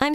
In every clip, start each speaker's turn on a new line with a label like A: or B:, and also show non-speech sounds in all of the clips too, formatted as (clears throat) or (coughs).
A: I'm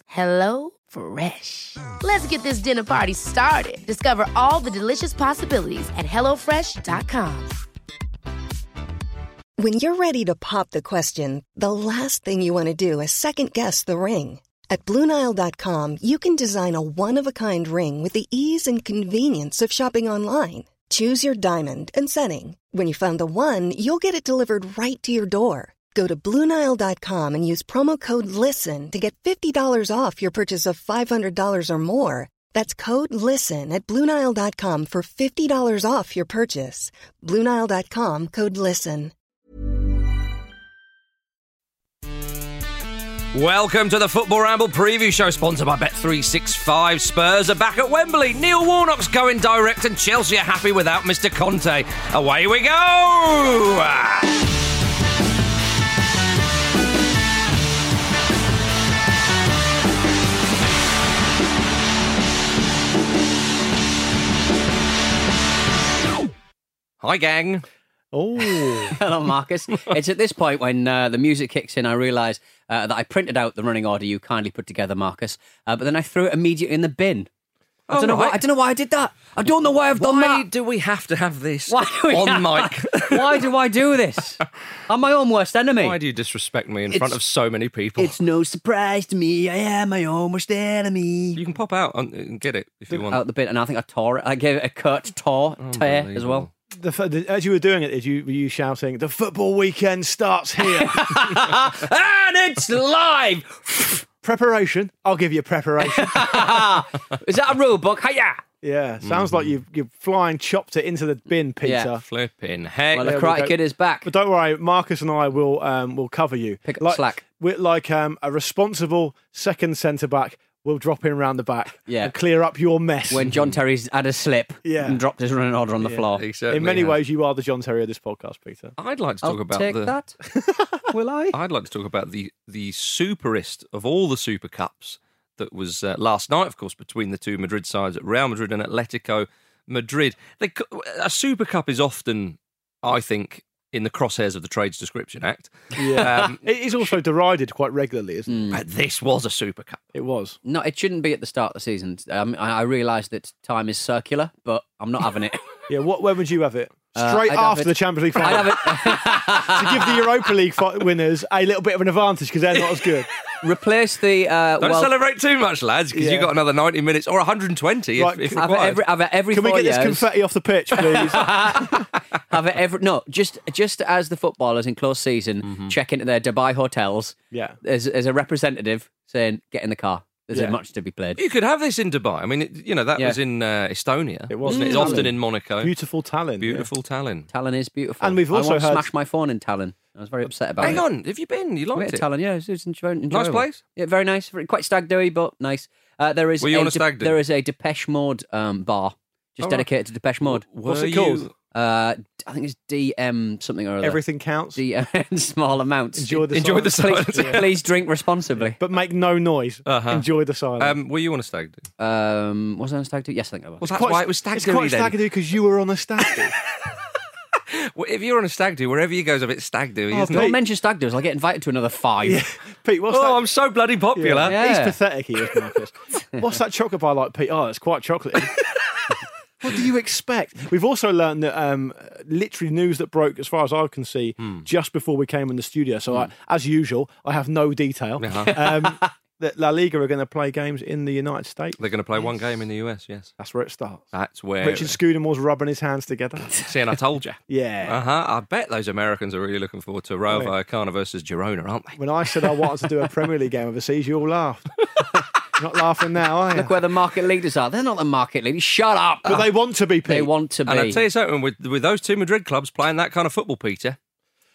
B: Hello Fresh. Let's get this dinner party started. Discover all the delicious possibilities at hellofresh.com.
C: When you're ready to pop the question, the last thing you want to do is second guess the ring. At Bluenile.com, you can design a one of a kind ring with the ease and convenience of shopping online. Choose your diamond and setting. When you find the one, you'll get it delivered right to your door. Go to Bluenile.com and use promo code LISTEN to get $50 off your purchase of $500 or more. That's code LISTEN at Bluenile.com for $50 off your purchase. Bluenile.com code LISTEN.
D: Welcome to the Football Ramble preview show, sponsored by Bet365. Spurs are back at Wembley. Neil Warnock's going direct, and Chelsea are happy without Mr. Conte. Away we go! Hi, gang.
E: Oh,
F: Hello, Marcus. it's at this point when uh, the music kicks in, I realise uh, that I printed out the running order you kindly put together, Marcus, uh, but then I threw it immediately in the bin. I don't, know why,
D: Alright.
F: I don't know why I did that. I don't know why I've done
D: Why
F: that.
D: do we have to have this
F: (laughs) Why do we
D: on
F: have- (laughs)
D: mic? (laughs)
F: why do I do this? I'm my own worst enemy.
D: Why do you disrespect me in
F: It's-
D: front of so many people?
F: (laughs) it's no surprise to me. I am my own worst enemy.
D: (laughs) You can pop out and- and get it if you want.
F: Out the bin, and I think I tore it. I gave it a curt tore, tear as well.
E: the, fo- the, as you were doing it, did you were you shouting, "The football weekend starts here." (laughs)
F: (laughs) and it's live.
E: preparation. I'll give
F: (laughs)
E: you preparation.
F: Is that a rule book? Hiya!
E: yeah, sounds like you've you flying chopped it into the bin, Peter.
F: Mm-hmm. Yeah.
D: Flipping heck.
F: Well, the
E: we
F: Karate
E: go.
F: Kid is back.
E: But don't worry, Marcus and I will um, will cover you.
F: Pick up the slack.
E: We're like um, a responsible second centre back will drop in round the back
F: Yeah.
E: and clear up your mess. (laughs)
F: when (laughs) John Terry's had a slip
E: Yeah.
F: and dropped his running order on the floor.
D: He certainly
E: in many
D: has.
E: ways, you are the John Terry of this podcast, Peter.
D: I'd like to talk
F: I'll
D: about
F: take
D: the.
F: that. Will I?
D: I'd like to talk about the the superest of all the super cups that was uh, last night, of course, between the two Madrid sides, Real Madrid and Atletico Madrid. They, c- a super cup is often, I think, in the crosshairs of the Trades Description Act.
F: (laughs)
E: Yeah,
D: Um,
E: it is also derided quite regularly,
F: Mm.
E: isn't
F: Hmm.
E: it?
D: but this was a super cup.
E: It was.
F: No, it shouldn't be at the start of the season. Um, I, I realise that time is circular, but I'm not (laughs) having it.
E: Yeah, what? When would you have it?
F: Uh,
E: Straight
F: I'd have
E: after
F: it-
E: the Champions League
F: I'd
D: (laughs)
E: final.
F: have
E: to give the Europa League fi- winners a little bit of an advantage because they're not
D: (laughs)
E: as good.
F: it. Replace the. Uh,
D: Don't
F: well,
D: celebrate too much, lads, because
E: Yeah.
D: you've got another 90 minutes or 120
E: Right,
D: if, if
E: can-
F: Have it
D: required.
F: every, have it every
E: Can we
F: four
E: get this
F: years.
E: confetti off the pitch,
D: (laughs)
E: please?
F: have it every no. Just just as the footballers in close season check into their Dubai hotels.
E: Yeah.
F: there's, there's a representative saying, "Get in the car. There's
E: Yeah.
F: a much to be played."
D: you could have this in Dubai. I mean, it, you know, that
F: Yeah.
D: was in uh, Estonia.
E: It was
D: wasn't
E: in
D: It's often
E: Tallinn.
D: in Monaco.
E: Beautiful talent.
D: Beautiful Tallinn.
F: Talon is beautiful,
E: And we've
F: I
E: also
F: once
E: heard-
F: smashed my phone in Talon. I was very upset about it.
D: Hang on, have you been? You
F: Went
D: liked
F: to
D: it?
F: Talon, yeah, it was enjoy- enjoyable.
D: place?
F: Yeah, very nice. Very- Quite stag doy, but nice. Uh, there is
D: Were you
F: a
D: on a stag do? Oh,
F: There is a Depeche Mode um, bar It's
E: All right.
F: dedicated to Depeche Mode.
E: What's
D: Were
E: it called?
D: you-
F: Uh, I think it's DM something or other.
E: Everything counts,
F: DM (laughs) small amounts.
E: Enjoy the
D: Enjoy the
E: silence.
D: silence.
F: please, please drink responsibly.
E: but make no noise.
D: Uh-huh.
E: Enjoy the silence.
D: Um, were you on a stag do?
F: Um, was I on stag do? Yes, I think I was.
D: Well, that's why it was stag
E: It's
D: do.
E: quite
D: then.
E: staggered because you were on a stag do.
D: (laughs) Well, if you're on a stag do, wherever you goes, if it's stag do,
E: Oh,
D: isn't
E: Pete.
D: it?
F: Don't mention stag do's. I'll get invited to another five.
E: yeah. Pete, what's
D: Oh,
E: that?
D: I'm so bloody popular. (laughs)
F: Yeah.
E: He's pathetic, he is,
F: (laughs)
E: Marcus. what's that chocolate bar like, Pete? Oh, it's quite chocolatey. what do you expect? We've also learned that um, literally news that broke, as far as I can see,
F: Hmm.
E: just before we came in the studio. So, I, as usual, I have no detail.
D: Uh-huh.
E: Um,
F: (laughs)
E: that La Liga are going to play games in the United States.
D: They're going to play one game in the US. Yes,
E: That's where it starts.
F: Ah,
D: that's where.
E: Richard Scudamore's rubbing his hands together.
D: (laughs)
F: (laughs)
D: See, and I told you.
E: (laughs) Yeah.
F: Ah.
E: Oh,
D: Uh huh. I bet those Americans are really looking forward to Rayo Vallecano versus Girona, aren't they?
E: When I said I wanted to do a Premier League game overseas, you
F: (laughs)
E: all laughed. Not laughing now, are you?
F: Look where the market leaders are. They're not the market leaders. Shut up.
E: but they want to be Pete.
F: They want to be.
D: And I tell you something, with, with those two Madrid clubs playing that kind of football, Peter,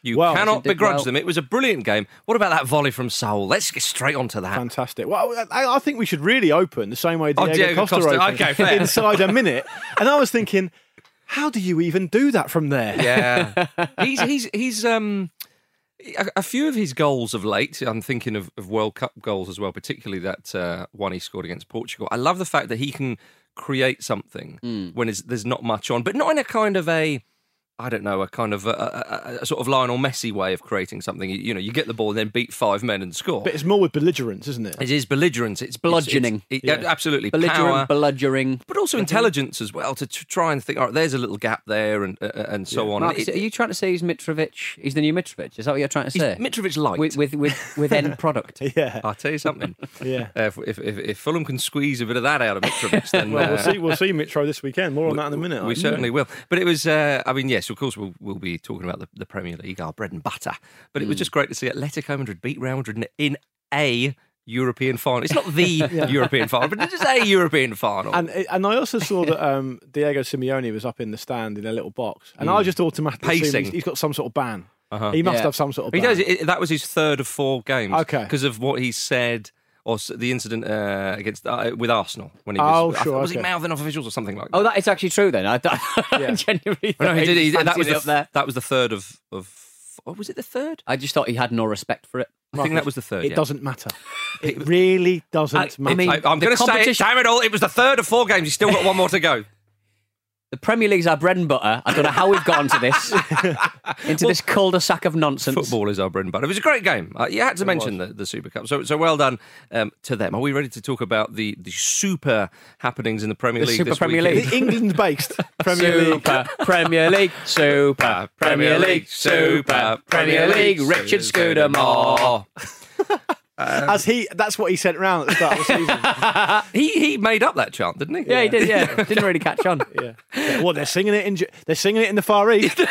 D: you
E: Well-
D: cannot
F: They did
D: begrudge
F: well.
D: them. It was a brilliant game. What about that volley from Seoul? Let's get straight onto that.
E: Fantastic. Well, I, I think we should really open the same way
D: Oh,
E: Diego,
D: Diego
E: Costa,
D: Costa.
E: opened,
D: Okay, fair.
E: inside a minute. And I was thinking, how do you even do that from there?
D: (laughs) Yeah, he's he's he's um a, a few of his goals of late. I'm thinking of, of World Cup goals as well, particularly that uh, one he scored against Portugal. I love the fact that he can create something
F: Hmm.
D: when is, there's not much on, but not in a kind of a I don't know a kind of a, a, a- a sort of Lionel Messi way of creating something. You, you know, you get the ball and then beat five men and score.
E: But it's more with belligerence, isn't it?
D: it is belligerent. It's
F: Bludgeoning.
D: It's, it's- it- Absolutely.
F: belligerent,
D: Power
F: belligerent.
D: but also intelligence as well to, to try and think. All right, there's a little gap there, and uh, and so on.
F: Marcus,
D: It-
F: are you trying to say he's Mitrovic? He's the new Mitrovic. Is that what you're trying to
D: He's
F: say?
D: Mitrovic light.
F: with with with, with (laughs) end product.
E: Yeah.
D: I'll tell you something.
E: (laughs) Yeah.
D: Uh, if, if, if, if Fulham can squeeze a bit of that out of
E: (laughs)
D: Mitrovic, then
E: Well, we'll
D: uh,
E: see. We'll see Mitro this weekend. More on that in a minute. I
D: we
E: think.
D: certainly will. But it was, uh, I mean, yes, of course, we'll, we'll be talking about the, the Premier League, our bread and butter. But it was just great to see Atletico Madrid beat Real Madrid in- in a European final. It's not the European final, but it is a European final.
E: And and I also saw that um, Diego Simeone was up in the stand in a little box, and I just automatically assumed
D: Mm. Pacing. Uh-huh.
E: he's, he's got some sort of ban. He must
F: Yeah.
E: have some sort of.
D: He
E: Ban.
D: does. It, that was his third of four games.
E: Okay.
D: Because of what he said or s- the incident uh, against uh, with Arsenal when he was.
E: Oh,
D: I
E: sure,
D: thought- was
E: okay.
D: he mouthing off officials or something like that?
F: Oh, that is actually true. Then I, thought (laughs)
E: Yeah.
F: I genuinely.
D: Well, no,
F: thought
D: he did. He, did- that
F: fancied
D: was
F: it
D: the,
F: up there.
D: That was the third of of. Or was it the third?
F: I just thought he had no respect for it.
D: I think that was the third.
E: It
D: yeah.
E: doesn't matter. It really doesn't
F: I
E: matter.
F: mean-
D: I, I'm
F: The
D: going to say it.
F: competition-
D: Damn it all! It was the third of four games. You still got one more to
F: (laughs)
D: go.
F: The Premier League's our bread and butter. I don't know how we've got onto (laughs) this, into this cul-de-sac of nonsense.
D: Football is our bread and butter. It was a great game. Uh, you had to mention the, the Super Cup. So so well done um, to them. Are we ready to talk about the the super happenings in the Premier
F: The
D: League?
F: Super
D: this
F: Premier
D: weekend? (laughs)
F: League.
E: England based Premier League.
F: Super Premier League, Super (laughs) Premier League, Super Premier League. Richard Scudamore.
D: uh,
E: As he, that's what he sent round at the start
D: (laughs)
E: of the season.
D: He he made up that chant, didn't he?
F: (laughs) Yeah, he did. Yeah, didn't really catch (laughs) on.
E: Yeah. Yeah, Well, they're singing it in. J- They're singing it in the
F: (laughs)
E: Far East. they're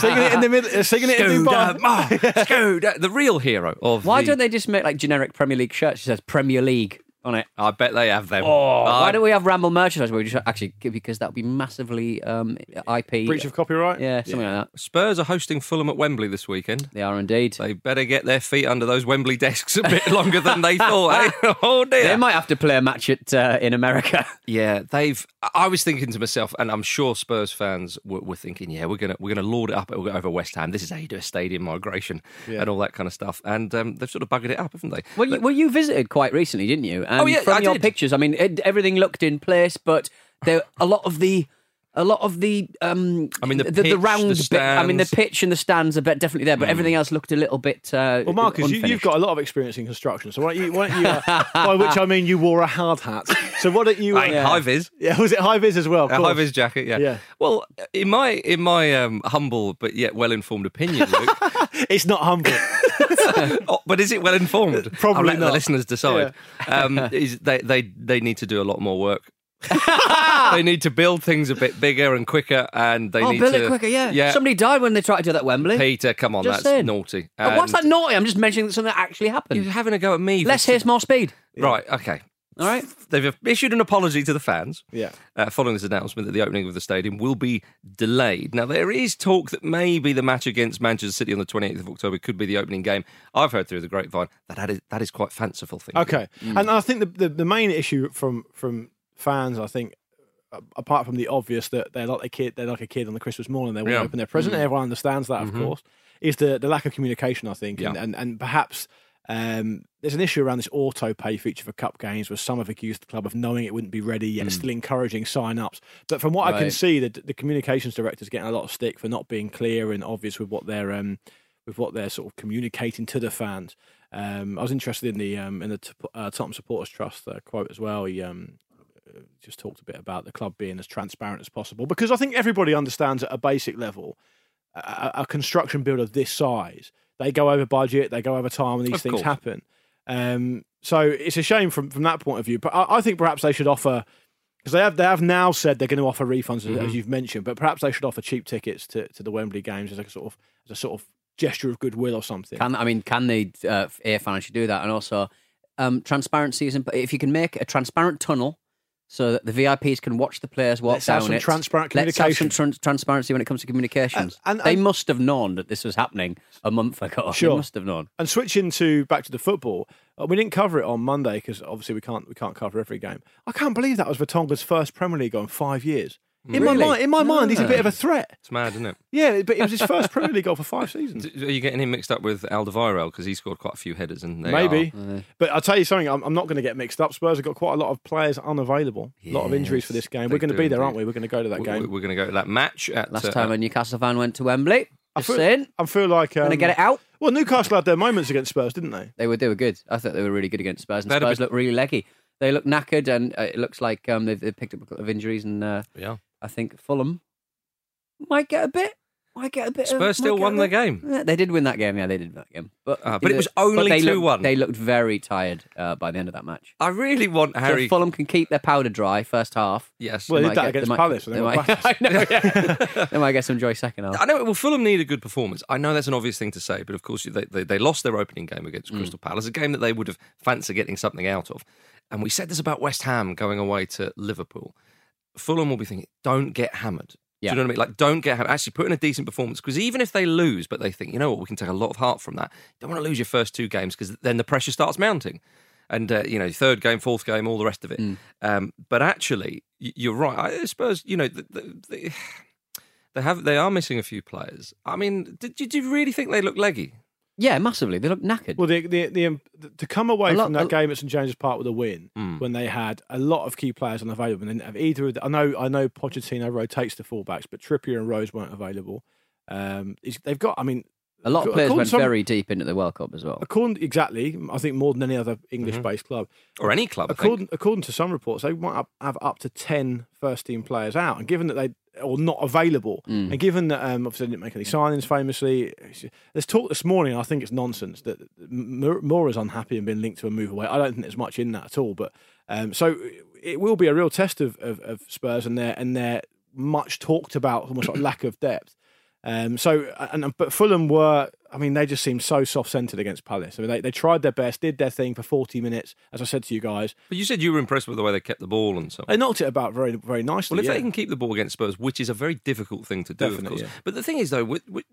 E: singing it in the middle. They're singing it in
D: Scoda,
E: Dubai.
D: Ma, Scoda, the real hero of.
F: Why
D: the-
F: don't they just make like generic Premier League shirts? It says Premier League on it.
D: I bet they have them.
F: Why
D: I-
F: don't we have Ramble merchandise? Where we just actually because that would be massively um, IP
E: Breach of copyright.
F: Yeah, something like that.
D: Spurs are hosting Fulham at Wembley this weekend.
F: They are indeed.
D: They better get their feet under those Wembley desks
F: (laughs)
D: a bit longer than they thought. eh? Oh dear.
F: They might have to play a match at uh, in America.
D: Yeah, they've. I was thinking to myself, and I'm sure Spurs fans were, were thinking, "Yeah, we're gonna we're gonna lord it up over West Ham. This is how you do a stadium migration and all that kind of stuff." And um, they've sort of buggered it up, haven't they?
F: (laughs) Well, you, well, you visited quite recently, didn't you? And
D: Oh, yeah,
F: from
D: I
F: your
D: did.
F: pictures, I mean, it, everything looked in place, but there a lot of the. A lot of the, um,
D: I mean, the
F: the,
D: pitch,
F: round
D: the
F: bit. I mean, the
D: stands.
F: pitch and the stands Hmm. are bet definitely there, but everything else looked a little bit. Uh,
E: Well, Marcus, you, you've
F: unfinished.
E: got a lot of experience in construction, so why don't you? Why don't you uh, by which I mean you wore a hard hat. So why don't you? uh,
D: Aye, high vis.
E: Yeah, was it high vis as well? Of
D: A
E: course.
D: high vis jacket, yeah.
E: Yeah.
D: Well, in my in my um, humble but yet well informed opinion, Luke,
F: (laughs)
E: It's not humble.
D: (laughs) oh, but is it
F: (laughs)
D: well informed?
E: Probably
D: I'll let
E: not.
D: The listeners decide. Um, is they, they they need to do a lot
F: (laughs)
D: more work. they need to build things a bit bigger and quicker, and they
F: Oh,
D: need
F: build
D: to
F: it quicker, yeah.
D: yeah.
F: Somebody died when they tried to do that at Wembley.
D: Peter, come on,
F: Just
D: that's
F: saying.
D: naughty.
F: Oh, what's
D: And
F: that naughty? I'm just mentioning something that actually happened.
D: You're having a go at me.
F: Less
D: for-
F: haste, more speed.
D: Right. Okay.
F: All right.
D: They've issued an apology to the fans
E: Yeah.
D: uh, following this announcement that the opening of the stadium will be delayed. Now, there is talk that maybe the match against Manchester City on the 28th of October could be the opening game. I've heard through the grapevine that that is, that is quite fanciful thing.
E: Okay. And I think the, the, the main issue from from fans, I think, a- apart from the obvious that they're like a kid, they're like a kid on the Christmas morning. They want
D: Yeah. Mm. Mm-hmm.
E: to open their present. and Everyone understands that, of course. Is the the lack of communication, I think, and,
D: Yeah.
E: and and perhaps. Um, there's an issue around this auto pay feature for cup games where some have accused the club of knowing it wouldn't be ready
D: Mm.
E: yet still encouraging sign ups. But from what I can
F: Right.
E: see, the, the communications director's getting a lot of stick for not being clear and obvious with what they're um, with what they're sort of communicating to the fans. Um, I was interested in the um, in the T- uh, Tottenham Supporters Trust uh, quote as well. He um, uh, just talked a bit about the club being as transparent as possible because I think everybody understands at a basic level a, a a construction build of this size they go over budget, they go over time, and these
D: Of
E: things
D: course.
E: happen. Um, so it's a shame from from that point of view. But I, I think perhaps they should offer because they have they have now said they're going to offer refunds as,
D: Mm-hmm.
E: as you've mentioned, but perhaps they should offer cheap tickets to, to the Wembley games as a sort of as a sort of gesture of goodwill or something.
F: Can I mean, can the uh, air fan actually do that? And also, um, transparency is imp- if you can make a transparent tunnel so that the VIPs can watch the players walk
E: Let's
F: down
E: have some
F: it.
E: transparent
F: Let's have some
E: communication.
F: tran- transparency when it comes to communications.
E: And- and-
F: they
E: and-
F: must have known that this was happening a month ago. They
E: Sure.
F: must have known.
E: And switching to back to the football, uh, we didn't cover it on Monday because obviously we can't we can't cover every game. I can't believe that was Vertonghen's first Premier League goal in five years. In my
F: Really?
E: mind, in my mind, he's a bit of a
F: Ah.
E: threat.
D: It's mad, isn't it?
E: Yeah, but it was his first Premier League goal for five seasons.
D: D- Are you getting him mixed up with Alderweireld because he scored quite a few headers and they
E: Maybe.
D: are-
E: But I'll tell you something, I'm, I'm not going to get mixed up. Spurs have got quite a lot of players unavailable, a lot of injuries for this game.
D: Yes,
E: We're
D: they
E: going to
D: do
E: be there, aren't
D: indeed.
E: we? We're going to go to that
D: we-
E: game.
D: we- We're going to go to that match at
F: Last
D: uh,
F: time a Newcastle fan went to Wembley,
E: I
F: just
E: feel-
F: saying,
E: I feel like. Um,
F: gonna get it out.
E: Well, Newcastle had their moments against Spurs, didn't they?
F: They were they were good. I thought they were really good against Spurs, and
D: They'd have
F: Spurs
D: been-
F: looked really leggy. They look knackered, and uh, it looks like um, they've, they've picked up a couple of injuries. And uh,
D: Yeah.
F: I think Fulham might get a bit. Might get a bit. of-
D: Spurs
F: might
D: still
F: get a
D: won
F: bit-
D: the game.
F: Yeah, they did win that game. Yeah, they did win that game. But
D: Ah, but it
F: they-
D: was only
F: they looked-
D: 2-1.
F: They looked very tired uh, by the end of that match.
D: I really want
F: So
D: Harry.
F: if Fulham can keep their powder dry first half.
D: yes.
E: Well, they
F: might
E: did that
F: get-
E: against
F: might-
E: Palace, and
F: They
E: they got
F: might, (laughs) I know, yeah.
D: (laughs)
F: they might get some joy second half.
D: I know. Well, Fulham need a good performance. I know that's an obvious thing to say, but of course they they, they lost their opening game against Crystal Palace, a game that they would have fancied getting something out of. And we said this about West Ham going away to Liverpool. Fulham will be thinking, don't get hammered.
F: Yeah.
D: Do you know what I mean? Like, don't get hammered. Actually, put in a decent performance because even if they lose, but they think, you know what, we can take a lot of heart from that. Don't want to lose your first two games because then the pressure starts mounting. And, uh, you know, third game, fourth game, all the rest of it. Um, but actually, y- you're right. I suppose, you know, the, the, the, they have they are missing a few players. I mean, did you, do you really think they look leggy?
F: Yeah, massively. They look knackered.
E: Well, the, the, the, um, to come away
F: A lot- Mm.
E: from
F: a-
E: that game at St James's Park with a win when they had a lot of key players unavailable, and they didn't have either of the, I know I know Pochettino rotates the fullbacks, but Trippier and Rose weren't available. Um, is- they've got, I mean,
F: a lot of
E: According
F: players
E: to
F: went
E: some-
F: very deep into the World Cup as well.
E: according exactly, I think more than any other
F: Mm-hmm.
E: English-based club.
D: Or any club, I think.
E: According, according to some reports, they might have- have up to 10 first team players out, and given that they or not available,
D: Hmm.
E: and given that um, obviously they didn't make any signings famously, it's- there's talk this morning. and I think it's nonsense that M- M- Mora's unhappy and been linked to a move away. I don't think there's much in that at all. But um, so it will be a real test of, of, of Spurs and their and their much talked about almost like lack of depth. Um, so, and and- but Fulham were, I mean, they just seemed so soft centered against Palace. I mean, they, they tried their best, did their thing for 40 minutes, as I said to you guys.
D: But you said you were impressed with the way they kept the ball and so on.
E: They knocked it about very, very nicely.
D: Well, if
E: yeah.
D: they can keep the ball against Spurs, which is a very difficult thing to do, of
E: Definitely,
D: course.
E: yeah.
D: But the thing is, though, what, what,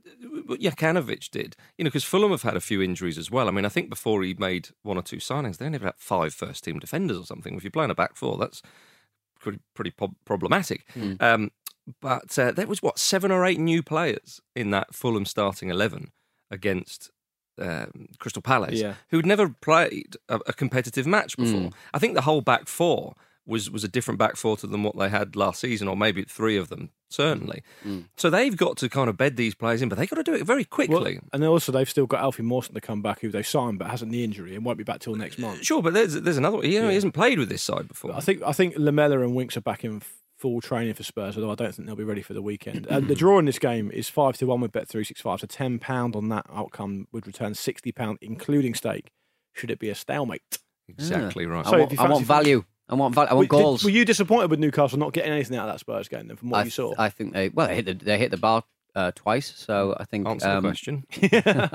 D: what Jokanovic did, you know, because Fulham have had a few injuries as well. I mean, I think before he made one or two signings, they only had about five first team defenders or something. If you're playing a back four, that's pretty, pretty prob- problematic.
E: Hmm.
D: Um, but uh, there was, what, seven or eight new players in that Fulham starting 11 against um, Crystal Palace,
E: Yeah. Mm.
D: who'd never played a, a competitive match before. I think the whole back four was was a different back four to than what they had last season, or maybe three of them certainly. So they've got to kind of bed these players in, but they've got to do it very
E: Mm. Well,
D: quickly.
E: and also, they've still got Alfie Mawson to come back, who they've signed but hasn't the injury and won't be back till next month.
D: sure, but there's there's another. one. You know, he hasn't played with this side before.
E: I think I think Lamella and Winks are back in full training for Spurs, although I don't think they'll be ready for the weekend. uh, the draw in this game is five to one with Bet three six five, so ten pound on that outcome would return sixty pound, including stake. Should it be a stalemate?
D: exactly right.
F: I
E: So if
F: want,
E: you
F: I want
E: fancy-
F: value. I want value. I want
E: Were- did-
F: goals.
E: were you disappointed with Newcastle not getting anything out of that Spurs game then, from what
F: I,
E: you saw?
F: I think they well they hit the, they hit the bar uh, twice, so I think
D: Answer
F: um,
D: the question.
F: (laughs)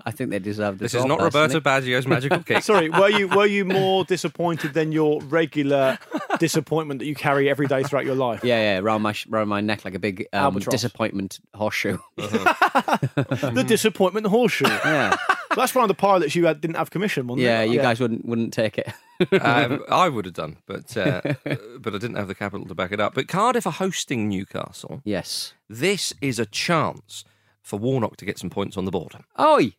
F: I think they deserve.
D: This is not Roberto Baggio's
E: (laughs)
D: magical kick.
E: Sorry, were you were you more disappointed than your regular disappointment that you carry every day throughout your life?
F: Yeah, yeah, around my sh- around my neck like a big um,
D: (laughs)
E: Albatross.
F: disappointment horseshoe.
E: The disappointment horseshoe.
F: yeah,
E: That's one of the pilots you had, didn't have commission,
F: (laughs)
E: wasn't
F: yeah,
E: it?
F: you guys wouldn't wouldn't take it. (laughs)
E: (laughs)
D: um, I would have done, but uh, but I didn't have the capital to back it up. But Cardiff are hosting Newcastle.
F: yes.
D: This is a chance for Warnock to get some points on the board.
F: Oi,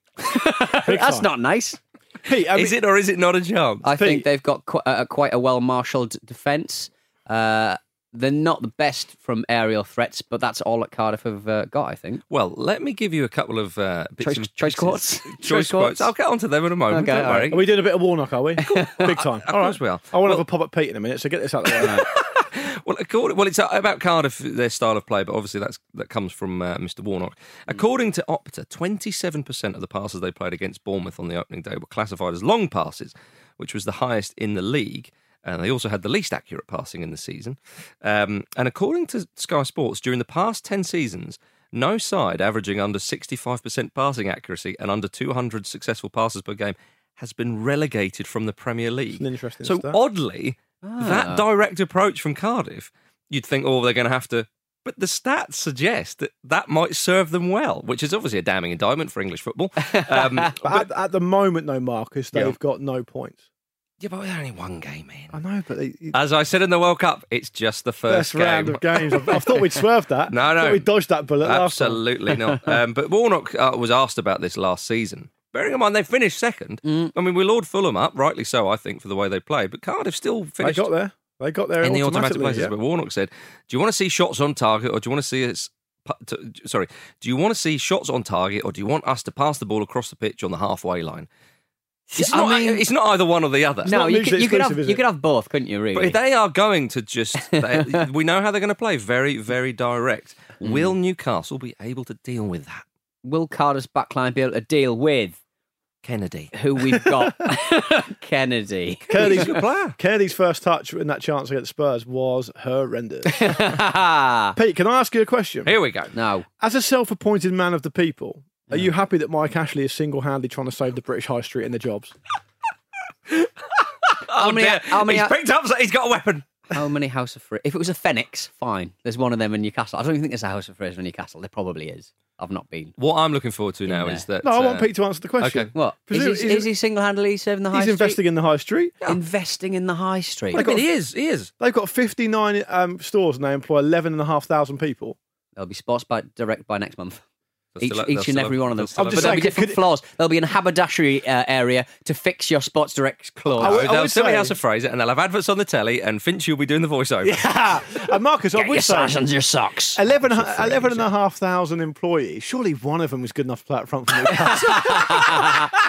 F: that's
E: time.
F: not nice.
E: Pete, I mean,
D: is it or is it not a chance?
F: I think
E: Pete.
F: they've got qu- uh, quite a well marshaled defence. Uh, they're not the best from aerial threats, but that's all that Cardiff have uh, got. I think.
D: well, let me give you a couple of uh, bits
F: Choice-
D: and
F: choice
D: pieces.
F: quotes?
D: (laughs) choice,
F: Choice
D: quotes.
F: quotes?
D: I'll get onto them in a moment.
F: Okay,
D: don't
F: all
D: worry.
F: right.
E: Are we doing a bit of Warnock, are we?
D: (laughs)
E: Big time.
D: Of
E: All
D: course we are.
E: I want to
D: Well-
E: have a pop at Pete in a minute, so get this out of the way.
D: Well, according, well, it's uh, about Cardiff, their style of play, but obviously that's that comes from uh, Mr. Warnock.
E: Hmm.
D: According to Opta, 27% of the passes they played against Bournemouth on the opening day were classified as long passes, which was the highest in the league. And they also had the least accurate passing in the season. Um, and according to Sky Sports, during the past 10 seasons, no side averaging under 65% passing accuracy and under 200 successful passes per game has been relegated from the Premier League.
E: an interesting
D: so
E: stat.
D: oddly, that direct approach from Cardiff, you'd think, oh, they're going to have to. But the stats suggest that that might serve them well, which is obviously a damning indictment for English football. Um,
E: But at, at the moment, though, Marcus, they've
D: Yeah.
E: got no points.
D: yeah, but we're only one game
E: I
D: in.
E: know, but they,
D: As I said in the World Cup, it's just the first,
E: first round
D: game.
E: of games. (laughs) I, I thought we'd swerved that.
D: No,
E: I
D: no.
E: thought we dodged that bullet. last time.
D: Absolutely not. Um, but Warnock uh, was asked about this last season. Bearing in mind they finished second. I mean, we laud Fulham up, rightly so, I think, for the way they played. But Cardiff still
E: They
D: finished
E: got there. They got there
D: in the automatic
E: automatically,
D: places.
E: yeah.
D: But Warnock said, "Do you want to see shots on target, or do you want to see us? pu- to- Sorry, do you want to see shots on target, or do you want us to pass the ball across the pitch on the halfway line?" It's,
F: I
D: not,
F: mean-
D: it's not either one or the other.
F: no,
E: not
F: you
E: mutually
F: could, you could
E: exclusive,
F: have
E: is
F: you
E: it?
F: could have both, couldn't you? Really?
D: But they are going to just, (laughs) they, we know how they're going to play. Very, very direct.
F: Mm.
D: Will Newcastle be able to deal with that?
F: Will Carter's backline be able to deal with
D: Kennedy.
F: who we've
D: (laughs)
F: got? (laughs) Kennedy. (laughs)
E: Curly's,
D: He's a good player.
E: Curly's first touch in that chance against Spurs was horrendous.
D: (laughs)
F: no.
E: Pete, can I ask you a question?
D: Here we go.
E: As a self appointed man of the people, are you happy that Mike Ashley is single handedly trying to save the British High Street and their jobs?
F: How many?
D: Yeah,
F: How many?
D: he's picked up. He's got a weapon.
F: How many House of Fraser? If it was a Phoenix, fine. There's one of them in Newcastle. I don't even think there's a House of Fraser in Newcastle. There probably is. I've not been.
D: What I'm looking forward to now
F: there.
D: is that.
E: No, I want
D: uh,
E: Pete to answer the question.
D: okay.
F: What is
E: Presume-
F: he, is he single-handedly saving the high
E: He's
F: street?
E: investing in the high street.
F: investing in the high street.
D: Wait a minute, he is. He is.
E: They've got 59 um, stores and they employ 11,500 people. (laughs)
F: There'll be sports by direct by next month.
D: They'll
F: Each,
D: still
F: each
D: have- they'll
F: and
D: still
F: every
D: have-
F: one of them.
D: they'll still
E: I'm
F: But
D: have-
E: just
F: there'll be
E: saying,
F: different
E: could it-
F: floors. There'll be an haberdashery uh, area to fix your sports direct clause.
E: I would-
D: they'll still be
E: say-
D: House of Fraser, and they'll have adverts on the telly, and Finch, you'll be doing the voiceover.
E: and Marcus, I
F: Get your
E: would say
F: socks
E: (laughs)
F: under your socks.
E: 11, 11,500 employees. Surely one of them was good enough to play up front for Newcastle.
D: (laughs)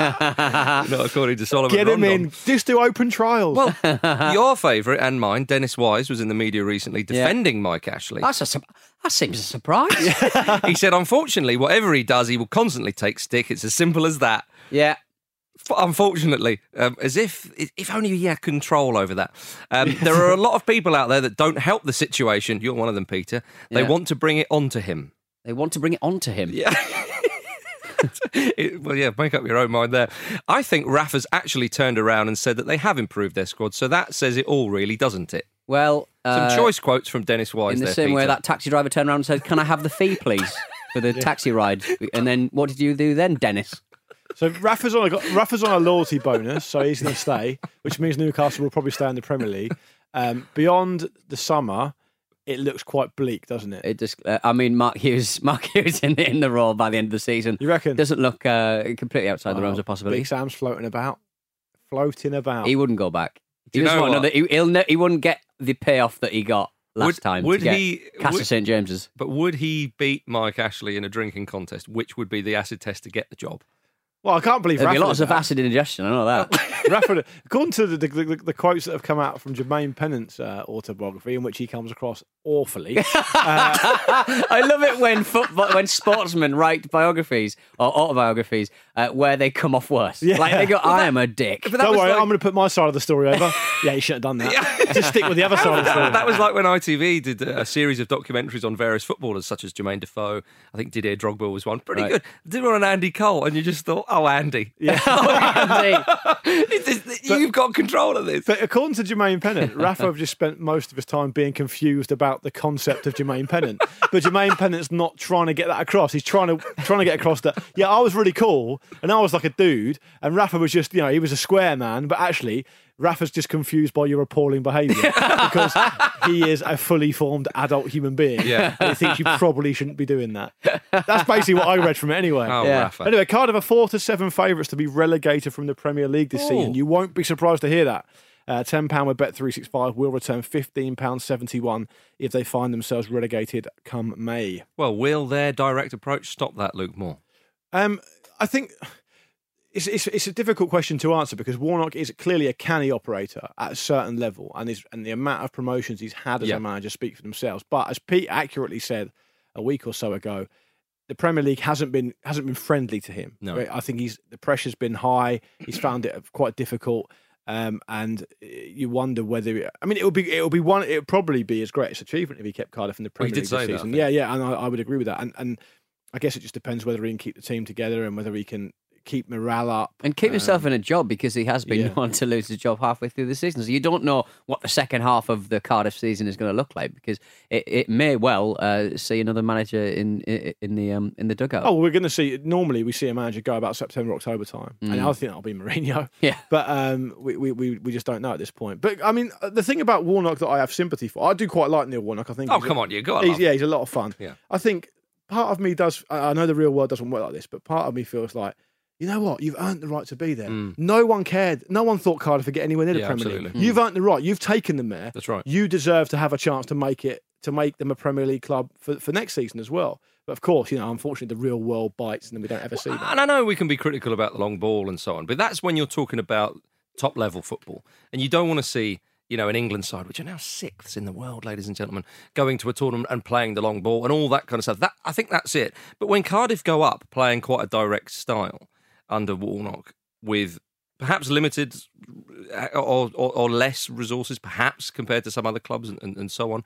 D: (laughs) Not according to Solomon.
E: Get him
D: Rondon.
E: in. Just do open trials.
D: Well,
E: (laughs)
D: your favourite and mine, Dennis Wise, was in the media recently defending Mike Ashley.
F: That's a sur- that seems a surprise.
E: (laughs)
D: He said, unfortunately, whatever he does, he will constantly take stick. It's as simple as that.
F: yeah.
D: F- Unfortunately, um, as if if only he had control over that. Um, there are a lot of people out there that don't help the situation. You're one of them, Peter. They
F: Yeah.
D: want to bring it onto him.
F: They want to bring it on to him.
D: Yeah. (laughs) It- well, yeah, make up your own mind there. I think Rafa's actually turned around and said that they have improved their squad, so that says it all, really, doesn't it?
F: Well,
D: Some
F: uh,
D: choice quotes from Dennis Wise.
F: in the
D: there,
F: same way
D: Peter.
F: that taxi driver turned around and said, "Can I have the fee, please, for
D: (laughs)
F: the taxi ride?" And then what did you do then, Dennis?
E: So Rafa's on a got, Rafa's on a loyalty bonus, so he's going to stay, which means Newcastle will probably stay in the Premier League. Um, beyond the summer, it looks quite bleak, doesn't it?
F: It just, uh, I mean, Mark Hughes, (laughs) Mark Hughes in, in the role by the end of the season.
E: You reckon?
F: Doesn't look uh, completely outside the realms
E: Oh,
F: of possibility.
E: Big Sam's floating about, floating about.
F: He wouldn't go back.
D: Do
F: He
D: you
F: doesn't
D: know
F: want
D: what?
F: another. He, he'll ne- he wouldn't get the payoff that he got last
D: Would-
F: time.
D: would
F: to get
D: he-
F: Castle
D: would-
F: St James's?
D: But would he beat Mike Ashley in a drinking contest? Which would be the acid test to get the job?
E: well, I can't believe
F: There'd
E: Rafa.
F: be lots
E: did
F: of
E: that. (laughs)
F: acid indigestion. I know that.
D: (laughs)
E: Rafa, according to the, the, the, the quotes that have come out from Jermaine Pennant's uh, autobiography, in which he comes across
F: (laughs)
E: awfully,
F: I love it when football, when sportsmen write biographies or autobiographies uh, where they come off worse. Like they go, "I am a dick."
D: (laughs)
E: don't worry, I'm going to put my side of the story over. Yeah, you shouldn't
F: (laughs)
E: have done that. Just stick with the other side of the story.
D: that was like when ITV did a series of documentaries on various footballers, such as Jermaine Defoe. I think Didier Drogba was one. Pretty
F: Right.
D: good. Did one on Andy Cole, and you just thought, oh, Andy. (laughs)
F: (laughs)
D: Oh, It's just- you've got control of this.
E: But according to Jermaine Pennant, Rafa just spent most of his time being confused about the concept of Jermaine Pennant. But Jermaine Pennant's not trying to get that across. He's trying to trying to get across that yeah, I was really cool and I was like a dude, and Rafa was just you know he was a square man, but actually. Rafa's just confused by your
D: (laughs)
E: appalling behaviour because he is a fully formed adult human being.
D: Yeah.
E: and he thinks you probably shouldn't be doing that. That's basically what I read from it anyway.
D: Oh,
F: Yeah.
D: Rafa.
E: Anyway, Cardiff are four to seven favourites to be relegated from the Premier League this season. You won't be surprised to hear that. Uh, Ten pound with Bet three six five will return fifteen pound seventy one if they find themselves relegated come May.
D: Well, will their direct approach stop that, Luke Moore?
E: Um, I think it's, it's it's a difficult question to answer because Warnock is clearly a canny operator at a certain level, and is and the amount of promotions he's had as
D: Yeah.
E: a manager speak for themselves. But as Pete accurately said a week or so ago, the Premier League hasn't been hasn't been friendly to him.
D: No.
E: Right? I think he's the pressure's been high. He's found it quite difficult. Um, and uh, you wonder whether I mean it would be it would be one it would probably be his greatest achievement if he kept Cardiff in the
D: Well, he
E: Premier
D: did
E: League
D: say
E: this
D: that, I
E: season.
D: think.
E: yeah, yeah, and I, I would agree with that. And and I guess it just depends whether he can keep the team together and whether he can keep morale up
F: And keep himself
E: Um,
F: in a job because he has been (laughs)
E: yeah.
F: known to lose his job halfway through the season. So you don't know what the second half of the Cardiff season is going to look like because it, it may well uh, see another manager in in, in the um, in the dugout.
E: Oh, we're going to see. Normally, we see a manager go about September, October time, and I think that'll be Mourinho.
F: Mm. (laughs) Yeah.
E: but um, we, we we we just don't know at this point. But I mean, the thing about Warnock that I have sympathy for, I do quite like Neil Warnock. I think.
D: Oh,
E: he's a-
D: come on, you got
E: he's,
D: to
E: yeah, he's a lot of fun.
D: Yeah.
E: I think part of me does. I I know the real world doesn't work like this, but part of me feels like. You know what? You've earned the right to be there. No one cared. No one thought Cardiff would get anywhere near the
D: Mm. Yeah,
E: Premier League.
D: absolutely.
E: You've earned the right. You've taken them there.
D: That's right.
E: You deserve to have a chance to make it to make them a Premier League club for, for next season as well. But of course, you know, unfortunately, the real world bites, and then we don't ever see that.
D: And I know we can be critical about the long ball and so on, but that's when you're talking about top level football, and you don't want to see. You know, an England side, which are now sixth in the world, ladies and gentlemen, going to a tournament and playing the long ball and all that kind of stuff. That I think that's it. But when Cardiff go up playing quite a direct style under Warnock, with perhaps limited uh, or, or, or less resources, perhaps compared to some other clubs and, and, and so on,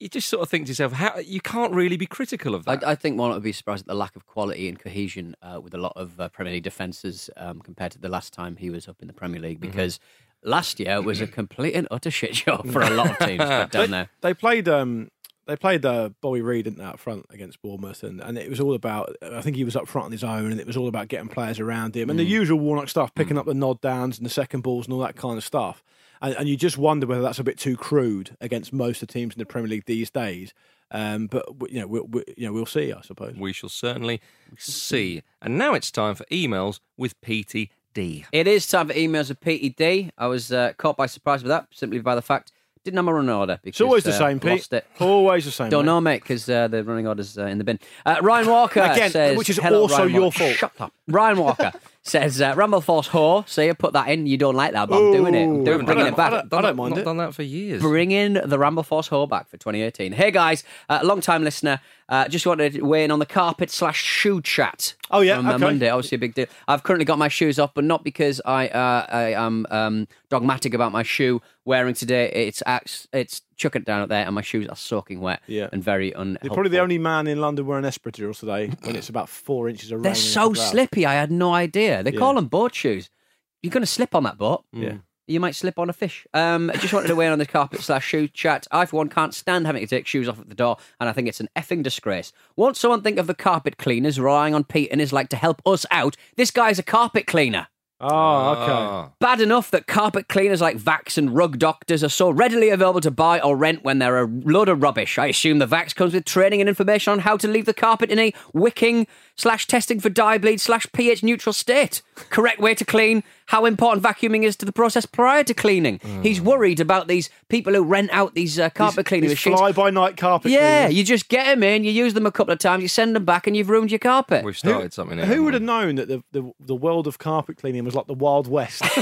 D: you just sort of think to yourself, how you can't really be critical of that.
F: I, I think one would be surprised at the lack of quality and cohesion uh, with a lot of uh, Premier League defences um, compared to the last time he was up in the Premier League
E: Mm-hmm.
F: because last year was
E: (clears throat)
F: a complete and utter shit show for a lot of teams
E: (laughs)
F: down there.
E: They played. Um, they played uh, Bobby Reed didn't they, up front against Bournemouth, and, and it was all about. I think he was up front on his own, and it was all about getting players around him and
D: Mm.
E: the usual Warnock stuff, picking up the nod downs and the second balls and all that kind of stuff. And, and you just wonder whether that's a bit too crude against most of the teams in the Premier League these days. Um, but w- you know, we, we, you know, we'll see. I suppose.
D: We shall certainly see. And now it's time for emails with PTD.
F: It is time for emails of PED. I was uh, caught by surprise with that simply by the fact didn't have my running order. Because,
E: It's always the
F: uh,
E: same, Pete.
F: Lost it.
E: Always the same.
F: Don't
E: mate.
F: know, mate, because uh, the running order's uh, in the bin. Uh, Ryan Walker
E: Again,
F: says,
E: which is
F: "Hello,
E: also
F: Ryan
E: your
F: Walker."
E: fault.
F: Shut up. Ryan Walker (laughs) says, uh, "Rumble Force whore." So you put that in. You don't like that, but I'm doing it. I'm
E: Ooh.
F: doing, bringing it
E: I
F: back.
E: don't- I don't mind
D: not
E: it.
D: done that for years.
F: Bringing the Ramble Force Hall back for 2018. Hey guys, uh, long time listener. Uh, just wanted to weigh in on the carpet slash shoe chat.
E: Oh, yeah,
F: from, uh,
E: okay.
F: Monday, obviously a big deal. I've currently got my shoes off, but not because I uh, I am um, dogmatic about my shoe wearing today. It's ax- it's chuck it down out there, and my shoes are soaking wet
E: Yeah.
F: and very unhelpful.
E: You're probably the only man in London wearing espadrilles today when it's about four inches of rain.
F: They're
E: and
F: so
E: cloud.
F: slippy. I had no idea. They
E: Yeah.
F: call them boat shoes. You're going to slip on that boat.
E: Yeah.
F: You might slip on a fish. Um, I just wanted to weigh in on the carpet slash shoe chat. I, for one, can't stand having to take shoes off at the door, and I think it's an effing disgrace. Won't someone think of the carpet cleaners relying on Pete and his like to help us out? This guy's a carpet cleaner.
D: Ah,
E: Oh, okay.
F: Bad enough that carpet cleaners like Vax and Rug Doctors are so readily available to buy or rent when they're a load of rubbish. I assume the Vax comes with training and information on how to leave the carpet in a wicking slash testing for dye bleed slash pH neutral state. Correct way to clean, how important vacuuming is to the process prior to cleaning. He's worried about these people who rent out these uh, carpet cleaning machines.
E: Fly by night carpet.
F: yeah,
E: cleaners.
F: you just get them in, you use them a couple of times, you send them back, and you've ruined your carpet.
D: We've started something here.
E: Who
D: haven't
E: would have
D: we?
E: known that the, the, the world of carpet cleaning was like the Wild
F: (laughs)
E: West? like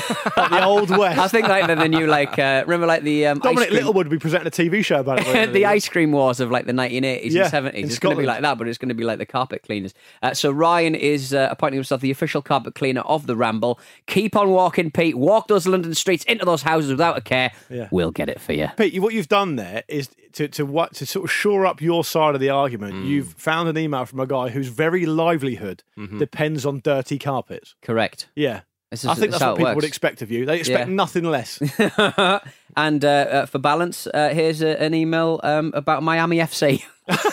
E: the Old West.
F: I think like they're the new like uh, remember like the um, ice
E: (laughs) Dominic
F: cream-
E: Littlewood would be presenting a TV
F: (laughs)
E: show about it. wouldn't he?
F: the ice cream wars of like the 1980s
E: Yeah,
F: and 70s.
E: in
F: It's going to be
E: Scotland.
F: like that, but it's going to be like the carpet cleaners. Uh, Uh, so Ryan is uh, appointing himself the official carpet cleaner of the Ramble. Keep on walking, Pete. Walk those London streets into those houses without a care.
E: Yeah.
F: We'll get it for you.
E: Pete, you- what you've done there is to to what to sort of shore up your side of the argument. You've found an email from a guy whose very livelihood depends on dirty carpets.
F: Correct. (laughs)
E: Yeah,
F: This
E: I
F: is-
E: think
F: this
E: that's
F: how
E: what
F: it
E: people would
F: works.
E: expect of you. They expect
F: Yeah. (laughs)
E: nothing less.
F: and uh, uh, for balance, uh, here's a, an email um, about Miami (laughs) FC.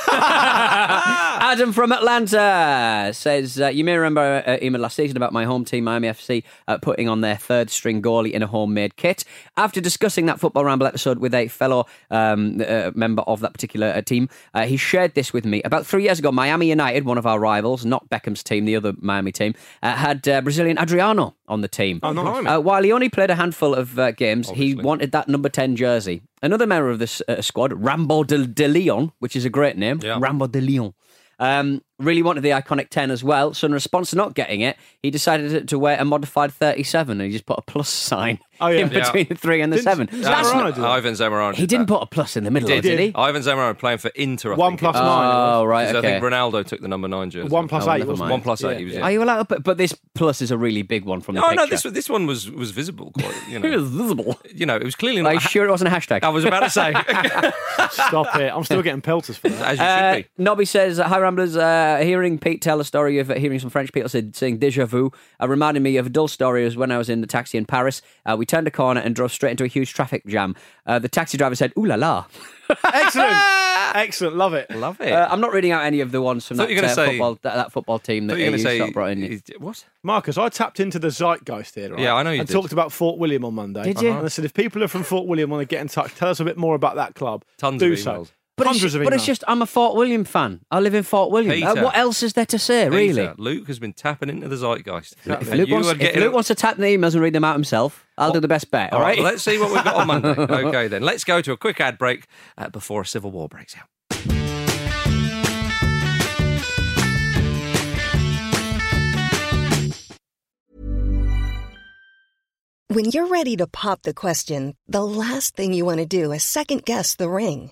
F: Adam from Atlanta says, uh, You may remember an email last season about my home team, Miami FC, uh, putting on their third string goalie in a homemade kit. After discussing that Football Ramble episode with a fellow um, uh, member of that particular uh, team, uh, he shared this with me. About three years ago, Miami United, one of our rivals, not Beckham's team, the other Miami team, uh, had uh, Brazilian Adriano on the team.
E: Oh, nice.
F: Uh, while he only played a handful of uh, games, he wanted that number 10 jersey. Another member of this uh, squad, Rambo de, de Leon, which is a great name,
D: Yeah.
F: Rambo de Leon, um, really wanted the iconic 10 as well. So, in response to not getting it, he decided to- to wear a modified 37 and he just put a plus sign
E: Oh, yeah.
F: in
D: Yeah.
F: between the 3 and the
E: Didn't-
F: 7.
E: didn't
F: That's
E: Zamorano
F: not-
E: do that?
D: Ivan Zamorano.
F: he didn't
D: that.
F: put a plus in the middle,
D: Did,
F: of it, did he?
D: Ivan Zamorano playing for Inter. I
E: One
D: think
E: plus
D: it was.
E: nine.
F: Oh, right,
D: Because
F: okay.
D: I think Ronaldo took the number nine jersey.
E: One plus
F: Oh,
E: eight.
F: never mind.
E: wasn't it?
D: One plus eight. He was.
E: Yeah.
D: in.
F: Are you allowed? But, but this plus is a really big one from the
D: Oh
F: picture.
D: no, this was this one was was visible. Quite, you
E: (laughs)
F: It
D: know,
F: was visible.
D: you know, it was clearly
F: Are
D: not.
F: you
D: a ha-
F: sure it wasn't a hashtag?
D: I was about to
E: (laughs)
D: say,
E: Stop it! I'm still getting
D: (laughs)
E: pelters for that.
D: as you
F: Uh,
D: should be.
F: Nobby says, "Hi Ramblers, uh, hearing Pete tell a story of uh, hearing some French people said, saying déjà vu uh, reminded me of a dull story. It was when I was in the taxi in Paris. Uh, we turned a corner and drove straight into a huge traffic jam. Uh, the taxi driver said, "Ooh la la." (laughs)
E: Excellent, excellent, love it.
D: (laughs) Love it.
F: Uh, I'm not reading out any of the ones from
D: Thought
F: that,
D: you were gonna
F: uh,
D: say-
F: football, that, that football team
D: Thought
F: that
D: you were
F: you
D: going to say
F: stopped brought in.
D: is- what?
E: Marcus, I tapped into the zeitgeist here, right?
D: Yeah, I know you
E: and
D: did.
E: talked about Fort William on Monday.
F: Did you?
E: And I said, if people are from Fort William want to get in touch, tell us a bit more about that club.
D: Tons
E: Do
D: of
E: so.
D: emails.
F: But it's,
E: Hundreds of
F: but it's
E: emails.
F: just I'm a Fort William fan. I live in Fort William. Uh,
D: Peter.
F: what else is there to say, really?
D: Peter, uh, Luke has been tapping into the zeitgeist.
F: If
D: And
F: Luke,
D: you
F: wants,
D: are
F: if
D: getting-
F: Luke wants to tap the emails and read them out himself, I'll do the best bet. All right.
D: let's see what we've got on
E: (laughs)
D: Monday. Okay, then let's go to a quick ad break uh, before a civil war breaks out.
C: When you're ready to pop the question, the last thing you want to do is second guess the ring.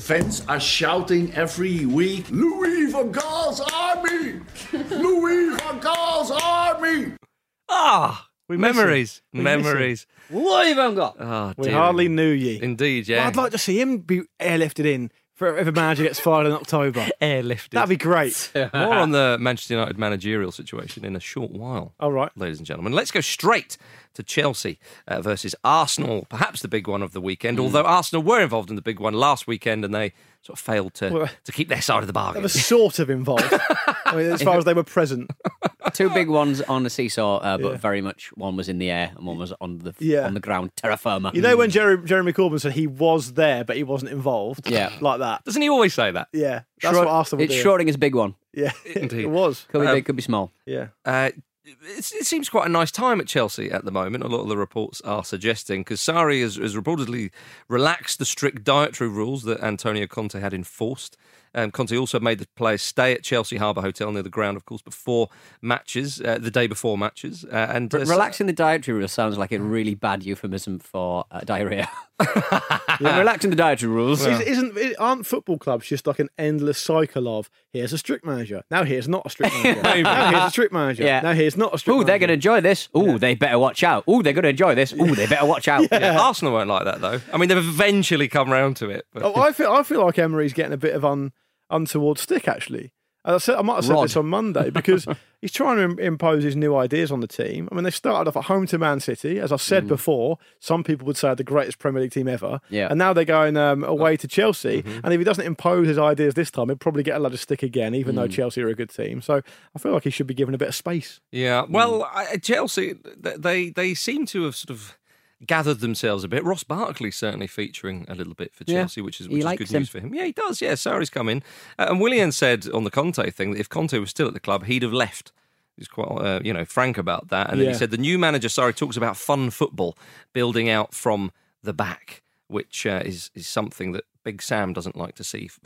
G: Fans are shouting every week, Louis van
D: Oh,
G: Gaal's army! Louis van Gaal's army!
D: Ah,
E: We miss 'em.
D: memories,
E: We miss 'em.
D: memories.
F: What have I got?
D: Oh,
E: We
D: dear.
E: hardly knew ye.
D: Indeed,
E: Well,
D: yeah.
E: I'd like to see him be airlifted in for if a manager gets fired
F: (laughs)
E: in October.
D: airlifted.
E: That'd be great.
D: (laughs) More on the Manchester United managerial situation in a short while.
E: All right.
D: ladies and gentlemen. Let's go straight to Chelsea uh, versus Arsenal, perhaps the big one of the weekend.
E: Hmm.
D: Although Arsenal were involved in the big one last weekend, and they sort of failed to
E: Well,
D: to keep their side of the
E: They
D: bargain.
E: were sort of involved.
F: (laughs)
E: I mean, as far as they were present.
F: Two
E: (laughs)
F: big ones on the seesaw, uh, but very much one was in the air and one was on the
E: Yeah.
F: on the ground, terra firma. Mm.
E: You know when Jerry, Jeremy Corbyn said he was there but he wasn't involved?
F: Yeah.
E: Like that.
D: Doesn't he always say that?
E: Yeah. That's
F: Schrod-
E: what Arsenal were
F: It's
E: doing.
F: Schrodinger's big one. (laughs)
E: Yeah.
D: Indeed.
E: it was.
F: Could be
D: Um,
F: big, could be small.
E: Yeah.
D: Uh, it, it seems quite a nice time at Chelsea at the moment. A lot of the reports are suggesting because Sari has, has reportedly relaxed the strict dietary rules that Antonio Conte had enforced. Um, Conte also made the players stay at Chelsea Harbour Hotel near the ground, of course, before matches, uh, the day before matches, uh, and uh,
F: But relaxing the dietary rules sounds like a really bad euphemism for uh, diarrhea. Relaxing the dietary rules.
E: Is- Isn't it- aren't football clubs just like an endless cycle of here's a strict manager, now here's not
F: (laughs)
E: a strict manager, now here's a strict manager,
F: Yeah.
E: now here's not a strict.
F: Ooh,
E: manager.
F: they're going to enjoy this. Ooh, they better watch out. Ooh, they're going to enjoy this. Ooh, they better watch
E: (laughs)
F: out.
D: Yeah, Arsenal won't like that though. I mean, they've eventually come round to it. But
E: Oh, I feel I feel like Emery's getting a bit of un, untoward stick actually. And I, said, I might have said
F: Rod.
E: this on Monday
F: (laughs)
E: because he's trying to im- impose his new ideas on the team. I mean, they started off at home to Man City, as I've said before. Some people would say the greatest Premier League team ever.
F: Mm. Yeah. Mm-hmm.
E: And now they're going um, away to Chelsea. And if he doesn't impose his ideas this time, he'll probably get a lot of stick again, even
F: Mm.
E: though Chelsea are a good team. So I feel like he should be given a bit of space.
D: yeah,
F: Hmm.
D: well, I, Chelsea th- they they seem to have sort of gathered themselves a bit. Ross Barkley certainly featuring a little bit for
F: Yeah,
D: Chelsea, which is
F: he
D: which is
F: likes
D: good
F: him.
D: news for him. Yeah, he does. Yeah, Sarri's come in, uh, and Willian said on the Conte thing that if Conte was still at the club, he'd have left. He's quite, uh, you know, frank about that. And then he
E: Yeah.
D: said the new manager Sarri talks about fun football, building out from the back, which uh, is is something that Big Sam doesn't like to see f-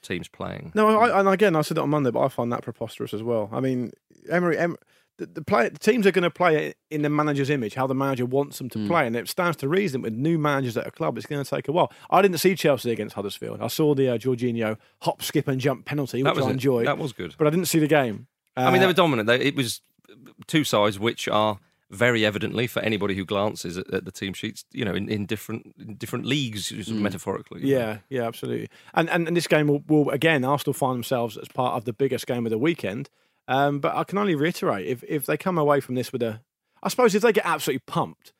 D: teams playing.
E: No, I, and again, I said it on Monday, but I find that preposterous as well. I mean, Emery, em, the, the, play, the teams are going to play in the manager's image, how the manager wants them to
D: Mm.
E: play, and it stands to reason with new managers at a club, it's going to take a while. I didn't see Chelsea against Huddersfield. I saw the uh, Jorginho hop, skip, and jump penalty,
D: That
E: which
D: was
E: I
D: it.
E: enjoyed,
D: That was good.
E: but I didn't see the game.
D: I mean, they
E: Uh,
D: were dominant. They, it was two sides which are very evidently for anybody who glances at, at the team sheets, you know, in, in different in different leagues, sort of metaphorically. you know.
E: Mm. Yeah, yeah, absolutely. And and, and this game will, will again Arsenal find themselves as part of the biggest game of the weekend. Um, but I can only reiterate if if they come away from this with a, I suppose if they get absolutely pumped.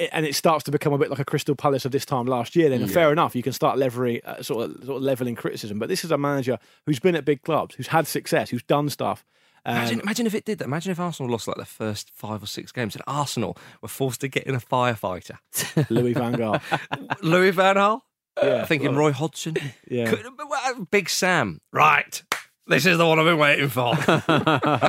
E: i- And it starts to become a bit like a Crystal Palace of this time last year. Then fair enough, you can start levering, uh, sort of, sort of leveling criticism. But this is a manager who's been at big clubs, who's had success, who's done stuff.
D: Imagine,
E: um,
D: imagine if it did that. Imagine if Arsenal lost like the first five or six games, and Arsenal were forced to get in a firefighter.
E: Louis Van Gaal,
D: (laughs) Louis Van Gaal,
E: yeah,
D: I think in Roy Hodgson,
E: Yeah.
D: Could- well, Big Sam, right? This is the one I've been waiting
E: (laughs)
D: for.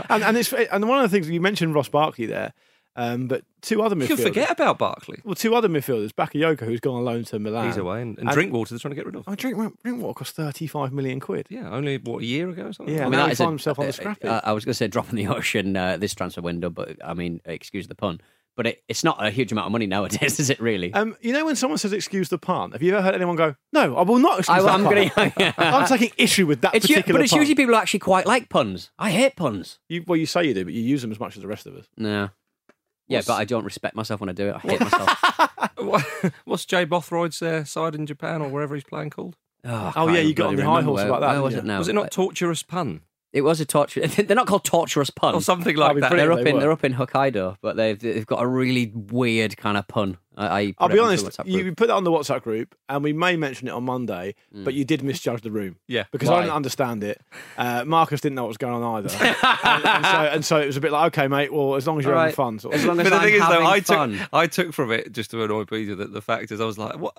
E: and and, it's, and one of the things you mentioned Ross Barkley there, um, but two other
D: you
E: midfielders.
D: can forget about Barkley.
E: Well, two other midfielders, Bakayoko, who's gone on loan to Milan.
D: He's away, and, and
E: And-
D: Drinkwater they're trying to get rid of.
E: I drink drink water costs thirty five million quid.
D: Yeah, only what a year ago or something.
E: Yeah.
F: I mean,
E: now
F: that
E: he
F: is a-
E: found himself on the scrap heap.
F: uh, I was going to say drop in the ocean uh, this transfer window, but I mean, excuse the pun. But it, it's not a huge amount of money nowadays, (laughs) is it? Really?
E: Um, you know when someone says "excuse the pun," have you ever heard anyone go, "No, I will not excuse
F: I,
E: that
F: am
E: pun."
F: going
E: (laughs)
F: to.
E: I'm taking issue with that
F: It's u-
E: particular
F: but it's
E: pun.
F: usually people who actually quite like puns. I hate puns.
E: You- well, you say you do, but you use them as much as the rest of us.
F: No. Yeah, but I don't respect myself when I do it. I hate myself.
D: What- (laughs) What's Jay Bothroyd's uh, side in Japan or wherever he's playing called?
F: Oh,
E: Oh, yeah, you got on
F: bloody
E: your high
F: remember
E: horse
F: where-
E: about that,
F: Where was
E: didn't
F: it
E: you?
F: now?
D: Was it not torturous pun
F: It was a torture. (laughs) They're not called torturous puns.
D: or something
E: That'd
D: like
E: be
D: that?
E: brilliant.
F: They're
E: Yeah,
F: up
E: they
F: in
E: were.
F: they're up in Hokkaido, but they've they've got a really weird kind of pun. I, I
E: I'll
F: put
E: be
F: it onto
E: honest.
F: the WhatsApp
E: You
F: group.
E: put that on the WhatsApp group, and we may mention it on Monday. But you did misjudge the room,
D: Yeah.
E: because
F: Why?
E: I didn't understand it. Uh, Marcus didn't know what was going on (laughs) either, and, and so, and so it was a bit like, "Okay, mate. Well, as long as you're
F: All
E: having
F: right.
E: fun." Sort of.
F: As long as
D: (laughs) But the
F: I'm
D: thing is, though,
F: having
D: I
F: fun.
D: took I took from it just to annoy Peter that the fact is I was like, what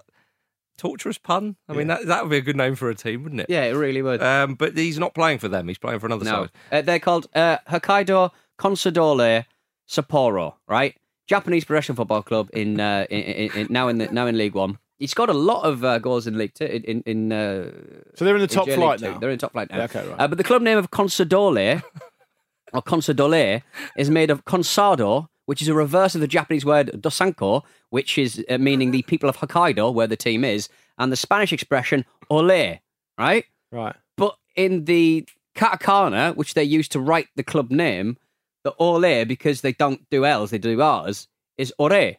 D: torturous pun? I mean, that that would be a good name for a team, wouldn't it?
F: Yeah, it really would.
D: Um, but he's not playing for them. He's playing for another
F: no,
D: side.
F: uh, they're called uh, Hokkaido Consadole Sapporo, right? Japanese professional football club in, uh, in, in, in now in the, now in League One. He scored a lot of uh, goals in League Two. In, in, in uh,
E: so they're in the top
F: J League
E: flight
F: Two.
E: now.
F: They're in top flight now.
E: Yeah, okay, right.
F: Uh, but the club name of Consadole (laughs) or Consadole is made of Consado, which is a reverse of the Japanese word dosanko, which is uh, meaning the people of Hokkaido, where the team is, and the Spanish expression ole, right?
E: right.
F: But in the katakana, which they use to write the club name, the ole because they don't do L's, they do R's, is ore.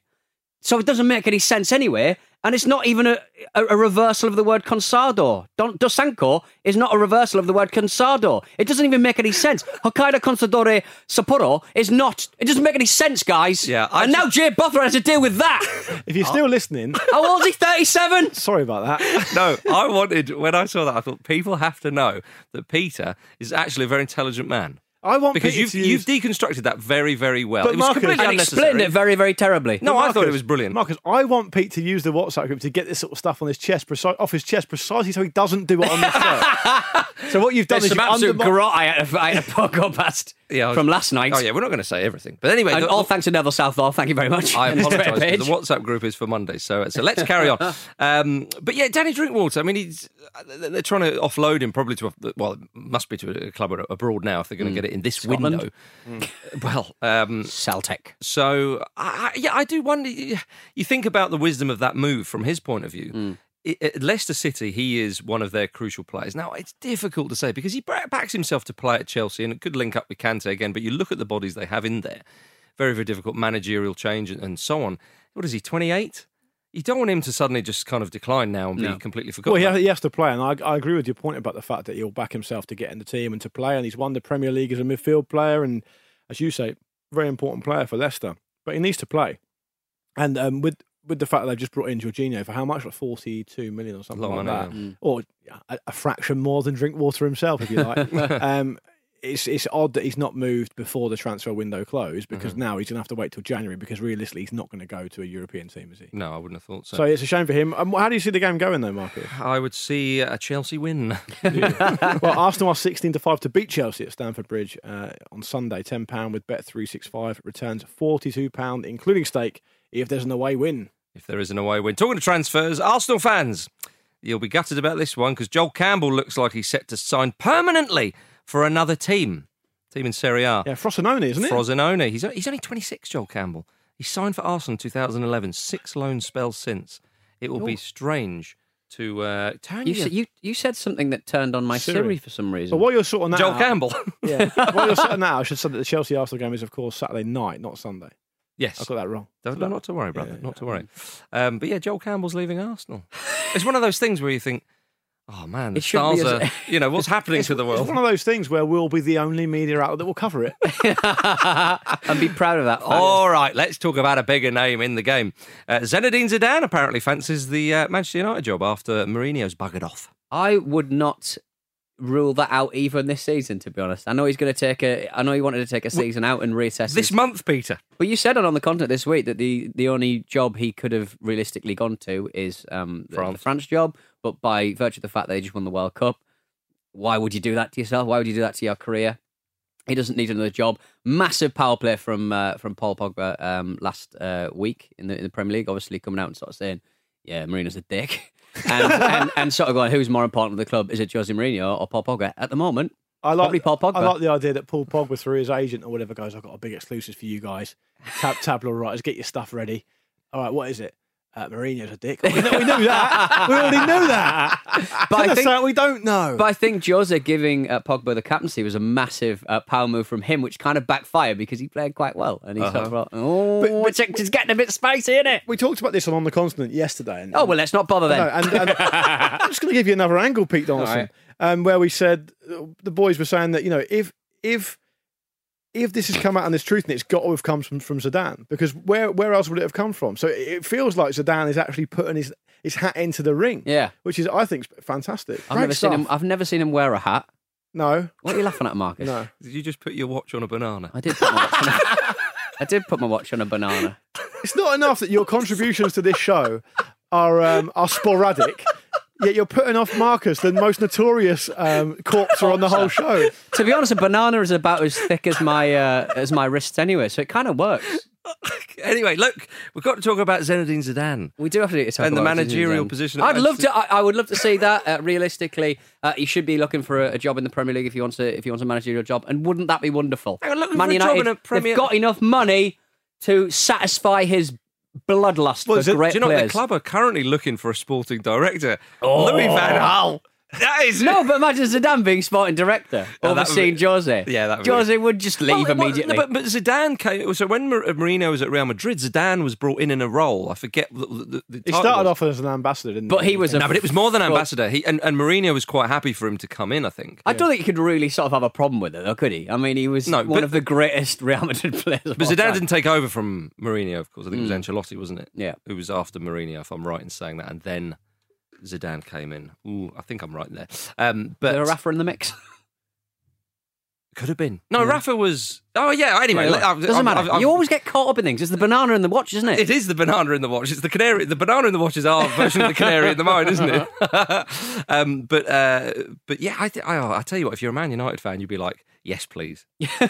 F: So it doesn't make any sense anyway. And it's not even a, a, a reversal of the word consador. Don, dosanko is not a reversal of the word consador. It doesn't even make any sense. Hokkaido Consadore Sapporo is not. It doesn't make any sense, guys.
D: Yeah, I
F: and now
D: just-
F: Jay Bothra has to deal with
D: (laughs)
F: that.
E: If
D: Uh,
E: you're still listening, (laughs)
F: How old is he? 37?
E: sorry
D: (laughs)
E: about that.
D: No, I wanted, when I saw that, I thought people have to know that Peter is actually a very intelligent man.
E: I want
D: Because
E: Peter
D: you've,
E: to use-
D: you've deconstructed that very, very well.
E: But
D: it was
E: Marcus-
D: completely
F: And
D: unnecessary.
F: explained it very, very terribly.
D: No, I thought it
E: Marcus,
D: was brilliant.
E: Marcus, I want Pete to use the WhatsApp group to get this sort of stuff on his chest, preci- off his chest, precisely so he doesn't do it on the show.
D: (laughs)
E: so what you've done
F: There's
E: is
F: some
E: you
F: absolute
E: undermine-
F: garrote I had to, I (laughs) had to fuck up past
D: Yeah, I was-
F: from last night.
D: Oh, yeah, we're not going to say everything. But anyway,
F: And
D: the-
F: all thanks to Neville Southall. Thank you very much. (laughs)
D: I
F: And his
D: apologise.
F: Twitter
D: but
F: page.
D: The WhatsApp group is for Monday, so so let's carry
F: (laughs)
D: on. Um, but yeah, Danny Drinkwater. I mean, he's they're trying to offload him probably to a, well, it must be to a club abroad now if they're going to get it in this
F: Hmm. Scotland. Hmm.
D: window. (laughs) Well, um,
F: Celtic.
D: so I, I- yeah, I do wonder. You think about the wisdom of that move from his point of view.
E: Mm.
D: I- At Leicester City, he is one of their crucial players. Now, it's difficult to say because he ba- backs himself to play at Chelsea and it could link up with Kante again, but you look at the bodies they have in there. Very, very difficult managerial change and, and so on. What is he, 28? You don't want him to suddenly just kind of decline now and be completely forgotten.
E: Well, he has, he has to play, and I, I agree with your point about the fact that he'll back himself to get in the team and to play, and he's won the Premier League as a midfield player, and as you say, very important player for Leicester. But he needs to play, and um, with with the fact that they've just brought in Jorginho for how much, like forty two million or something
D: Lot of
E: like
D: money,
E: that, or a, a fraction more than Drinkwater himself, if you
D: (laughs)
E: like. um, it's it's odd that he's not moved before the transfer window closed because
D: Mm-hmm.
E: now he's going to have to wait till January because realistically he's not going to go to a European team, is he?
D: no, I wouldn't have thought so.
E: So it's a shame for him. Um, how do you see the game going though, Marcus?
D: I would see a Chelsea win. (laughs)
E: well, Arsenal are 16 to 5 to beat Chelsea at Stamford Bridge uh, on Sunday. £10 with Bet365 returns £42, including stake, if there's an away win.
D: if there is an away win. Talking to transfers, Arsenal fans, you'll be gutted about this one because Joel Campbell looks like he's set to sign permanently for another team, team in Serie A.
E: Yeah, Frosinone, isn't it?
D: Frosinone. He's, he's only 26, Joel Campbell. He signed for Arsenal in 2011, six loan spells since. It will be strange to uh, turn
F: You,
D: your-
F: said- you, you said something that turned on my
E: Siri.
F: Siri, for some
E: so
F: reason.
E: while you're sorting
D: (laughs)
E: that
D: Joel
E: out,
D: Campbell. (laughs)
E: Yeah,
F: (laughs)
E: while you're sorting that out, I should say that the Chelsea Arsenal game is, of course, Saturday night, not Sunday. I
D: yes.
E: got that wrong.
D: Don't- not to worry, brother. Not to worry. Um, but yeah, Joel Campbell's leaving Arsenal. It's one of those things where you think, oh man, the
F: It should be
D: stars are,
F: as-
D: you know, what's happening to the
E: It's
D: world?
E: one of those things where we'll be the only media outlet that will cover it.
F: and be proud
D: (laughs)
F: of that. fact.
D: All right, let's talk about a bigger name in the game. Uh, Zinedine Zidane apparently fancies the uh, Manchester United job after Mourinho's buggered off.
F: I would not rule that out even this season, to be honest. I know he's going to take a. I know he wanted to take a season out and reassess.
D: This
F: his-
D: month, Peter.
F: but you said it on the content this week that the the only job he could have realistically gone to is um, the- the
D: France.
F: France job. But by virtue of the fact that he just won the World Cup, why would you do that to yourself? Why would you do that to your career? He doesn't need another job. Massive power play from uh, from Paul Pogba um, last uh, week in the, in the Premier League. Obviously, coming out and sort of saying, "Yeah, Mourinho's a dick," (laughs) and, and, and sort of going, "Who's more important to the club? Is it Jose Mourinho or Paul Pogba?" At the moment,
E: I
F: Probably Paul Pogba.
E: I like the idea that Paul Pogba, through his agent or whatever, goes, I've got a big exclusive for you guys.
F: (laughs)
E: Tab- tabloid writers, get your stuff ready. All right, what is it? Uh, Mourinho's a dick. We knew, we knew that. We already knew that.
F: (laughs) But I
E: Tell us
F: think-
E: that we don't know.
F: But I think Jose giving uh, Pogba the captaincy was a massive uh, power move from him, which kind of backfired because he played quite well. And he sort of thought, oh,
E: Uh-huh. But- but-
F: it's, it's getting a bit spicy, isn't it?
E: we talked about this on On the Continent yesterday. And,
F: Oh, well, let's not bother then.
E: No,
F: (laughs)
E: and, and I'm just going to give you another angle, Pete Donaldson,
F: right.
E: um, where we said uh, the boys were saying that you know if if if this has come out and there's truth in it, it's got to have come from from Zidane because where where else would it have come from? So it- it feels like Zidane is actually putting his his hat into the ring,
F: Yeah.
E: which is I think fantastic.
F: I've
E: Great
F: never seen
E: stuff.
F: him. I've never seen him wear a hat.
E: No,
F: What are you laughing at, Marcus?
E: no.
D: Did you just put your watch on a banana? (laughs)
F: I did. Put my watch on
E: (laughs)
F: a, I did put my watch on a banana.
E: It's not enough that your contributions to this show are um, are sporadic. Yet you're putting off Marcus, the most notorious um, corpser on the whole show.
F: To be honest, a banana is about as thick as my uh, as my wrists anyway, so it kind of works.
D: anyway, look, we've got to talk about Zinedine Zidane.
F: We do have to talk
D: And the
F: about it, isn't it,
D: managerial
F: Zen?
D: position at
F: I'd love
D: Manchester-
F: to. I, I would love to see that. Uh, realistically, uh, he should be looking for a, a job in the Premier League if he wants a if he wants a managerial job. And wouldn't that be wonderful?
D: Hang on, looking for a job in a Premier-
F: They've got enough money to satisfy his bloodlust
E: Well,
F: for
E: is it-
F: great
D: Do you know
F: players.
D: the club are currently looking for a sporting director? Louis Van Gaal That is
F: Oh. No, but imagine Zidane being sporting director
D: (laughs) Oh, that would
F: overseeing
D: be-
F: Jose.
D: Yeah, that would be-
F: Jose would just leave
D: (laughs) Well, it wa-
F: immediately.
D: no, but, but Zidane came. So when Mar- Marino was at Real Madrid, Zidane was brought in in a role. I forget. The, the, the
E: He
D: title
E: started
D: was.
E: off as an ambassador, didn't
F: But
E: he?
F: he was a-
D: No, but it was more than
F: Well-
D: ambassador. He and, and Mourinho was quite happy for him to come in. I think.
F: I don't think he could really sort of have a problem with it, though, could he? I mean, he was
D: No,
F: one
D: but-
F: of the greatest (laughs) Real Madrid players. of
D: But
F: all
D: Zidane
F: time.
D: didn't take over from Mourinho, of course. I think it was Ancelotti, wasn't it?
F: Mm. Yeah.
D: Who was after Mourinho, if I'm right in saying that. And then Zidane came in. Ooh, I think I'm right there. Um,
F: Is
D: but
F: there a Rafa in the mix?
D: could have been. No, Rafa was. Oh, yeah. Anyway,
F: Anyway,
D: I've-
F: doesn't
D: I've-
F: matter.
D: I've- I've-
F: you always get caught up in things. It's the banana in the watch, isn't it?
D: It (laughs) is the banana in the watch. It's the canary. The banana in the watch is our version of the canary in the mine, isn't it? (laughs) um, but uh, but yeah, I, th- I I tell you what, if you're a Man United fan, you'd be like, yes, please,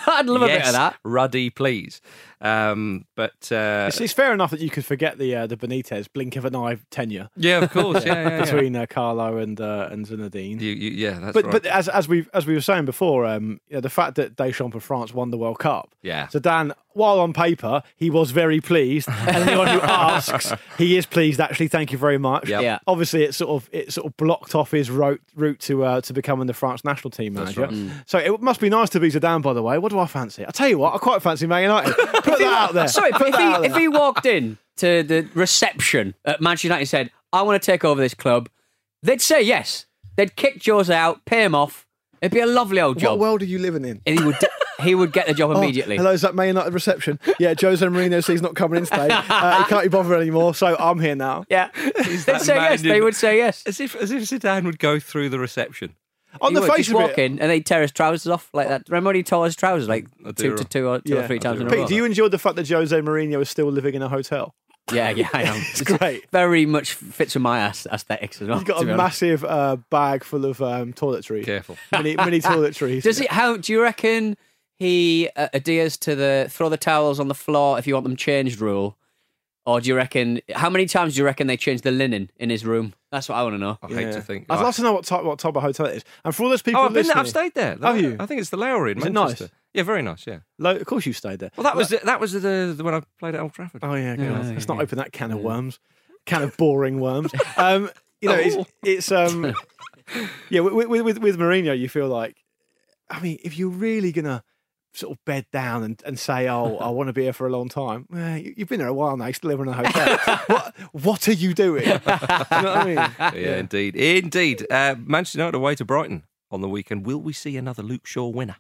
F: I'd love a bit
D: yes,
F: of that.
D: Ruddy, please. Um, but uh,
E: It's, it's fair enough that you could forget the uh, the Benitez blink of an eye tenure
D: yeah, of
E: (laughs)
D: course, yeah, yeah, yeah.
E: between uh, Carlo and uh, and Zinedine.
D: You, you, yeah, that's
E: but
D: right.
E: but uh, as as we as we were saying before, um, you know, the fact that Deschamps of France won the World Cup,
D: Yeah.
E: So Dan, while on paper he was very
D: (laughs)
E: pleased, and anyone who asks, he is pleased. Actually, thank you very much.
D: Yep.
F: Yeah.
E: Obviously, it sort of it sort of blocked off his route route to uh, to becoming the France national team manager.
F: Mm.
E: So it must be nice to be Zidane, by the way. What do I fancy? I tell you what, I quite fancy Man United. Put that out there.
F: Sorry,
E: Put
F: but if
E: that out
F: he,
E: there.
F: if he walked in to the reception at Manchester United and said, I want to take over this club, they'd say yes. They'd kick Jose out, pay him off. It'd be a lovely old
E: what
F: job.
E: world are you living in?
F: and he would, (laughs) he would get the job
E: Oh,
F: immediately.
E: hello, is that Man United reception? Yeah, Jose Mourinho says he's not coming
F: (laughs)
E: in today. Uh, he can't be bothered anymore, so I'm here now. (laughs)
F: Yeah.
D: that
F: They'd say
D: man
F: yes.
D: in-
F: They would say yes.
D: as if as if Zidane would go through the reception.
E: On
F: He
E: the
F: would
E: face
F: just
E: of
F: walk
E: it,
F: in and they tear his trousers off like that. Remember when he tore his trousers like
D: I do
F: two to two or two
E: Yeah,
F: or three
E: I
F: times in a row?
E: Pete, do you enjoy the fact that Jose Mourinho is still living in a hotel?
F: Yeah, yeah, I
E: (laughs)
F: am. it's
E: great.
F: Very much fits with my ass aesthetics as well.
E: He's got
F: Oh, to
E: a
F: be honest.
E: massive uh, bag full of um, toiletries.
D: Careful.
E: Mini, mini toiletries.
F: Does he? How do you reckon he uh, adheres to the throw the towels on the floor if you want them changed rule? Or do you reckon? How many times do you reckon they changed the linen in his room? That's what I want to know. (laughs)
D: I
E: Yeah.
D: hate to think.
E: I'd
D: like-
E: love to know what type, what type of hotel it is. And for all those people
D: Oh, I've been.
E: listening,
D: There, I've stayed there.
E: Have you?
D: I think it's the Lowry in
E: Is it nice?
D: Manchester. Yeah, very nice. Yeah.
E: Lo- of course, you stayed there.
D: Well, that was that was the, the when I played at Old Trafford.
E: Oh yeah, God.
F: yeah,
E: let's not open that can of worms, can of
F: (laughs)
E: boring worms. Um, you know,
F: Oh.
E: it's, it's um, yeah, with, with with with Mourinho, you feel like, I mean, if you're really gonna sort of bed down and, and say, oh, I want to be here for a long time, well, you, you've been there a while now, you still live in
F: (laughs)
E: a hotel. what what are you doing? you know what I mean?
D: yeah, indeed, indeed. Uh, Manchester United away to Brighton on the weekend. Will we see another Luke Shaw winner?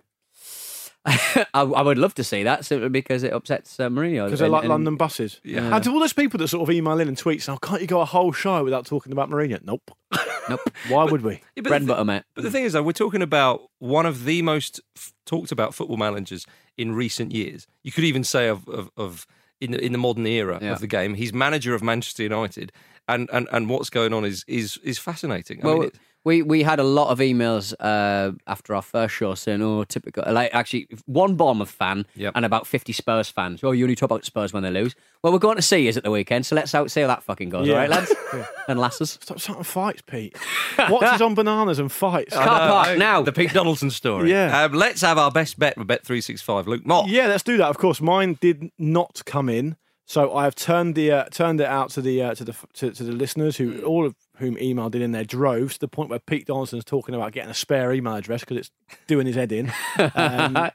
F: I, I would love to see that simply because it upsets uh, Mourinho.
E: Because I
F: and-
E: like
F: and-
E: London buses.
D: Yeah.
E: And to all those people that sort of email in and tweet, so can't you go a whole show without talking about Mourinho? Nope.
F: Nope.
E: (laughs) Why would we?
D: Yeah,
F: Bread
D: the
F: and
D: thi-
F: butter, mate.
D: But the thing is, though, we're talking about one of the most f- talked about football managers in recent years. You could even say of of, of in the, in the modern era
F: Yeah.
D: of the game, he's manager of Manchester United, and, and, and what's going on is is is fascinating. I
F: Well,
D: mean, it-
F: we we had a lot of emails uh, after our first show saying, "Oh, typical." Like actually, one Bournemouth fan
D: Yep.
F: and about fifty Spurs fans. Oh, you only talk about Spurs when they lose. Well, we're going to see is at the weekend, so let's out see how that fucking goes.
E: (laughs) Yeah.
F: All right, lads and lasses.
E: Stop starting fights, Pete. Watches on bananas and fights.
D: Uh,
F: Car park now.
D: the Pete Donaldson story.
E: Yeah.
D: um, let's have our best bet with Bet three six five. Luke Mott.
E: Yeah, let's do that. Of course, mine did not come in, so I have turned the uh, turned it out to the uh, to the to, to the listeners who
D: Mm.
E: all of whom emailed in in their droves to the point where Pete Donaldson's talking about getting a spare email address because it's doing his head in.
D: (laughs)
E: Um,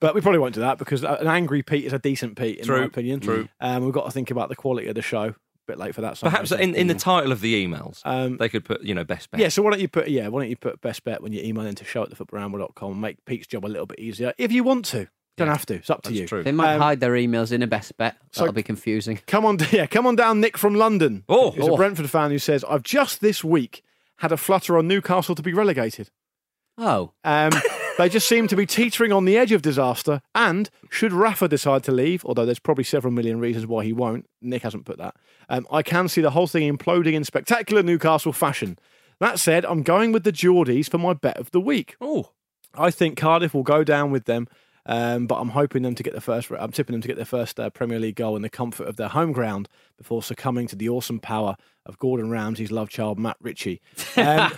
E: but we probably won't do that because an angry Pete is a decent Pete in
D: True,
E: my opinion.
D: true.
E: Um, we've got to think about the quality of the show. Bit late for that. sorry.
D: Perhaps in, in the title of the emails,
E: Um,
D: they could put you know best bet.
E: Yeah, so why don't you put yeah, why don't you put best bet when you email into show at and make Pete's job a little bit easier if you want to. Don't have to. It's up to
D: that's
E: you.
D: true.
F: They might
E: Um,
F: hide their emails in a best bet.
E: so-
F: That'll be confusing.
E: Come on, (laughs) yeah, come on down, Nick from London.
D: Oh.
E: who's a
D: Oh.
E: Brentford fan who says, "I've just this week had a flutter on Newcastle to be relegated.
F: Oh,
D: (laughs)
E: Um, they just seem to be teetering on the edge of disaster. And should Rafa decide to leave, although there's probably several million reasons why he won't, Nick hasn't put that. Um, I can see the whole thing imploding in spectacular Newcastle fashion. That said, I'm going with the Geordies for my bet of the week.
D: Oh,
E: I think Cardiff will go down with them, um, but I'm hoping them to get the first. I'm tipping them to get their first uh, Premier League goal in the comfort of their home ground before succumbing to the awesome power of Gordon Ramsay's love child Matt Ritchie. Um,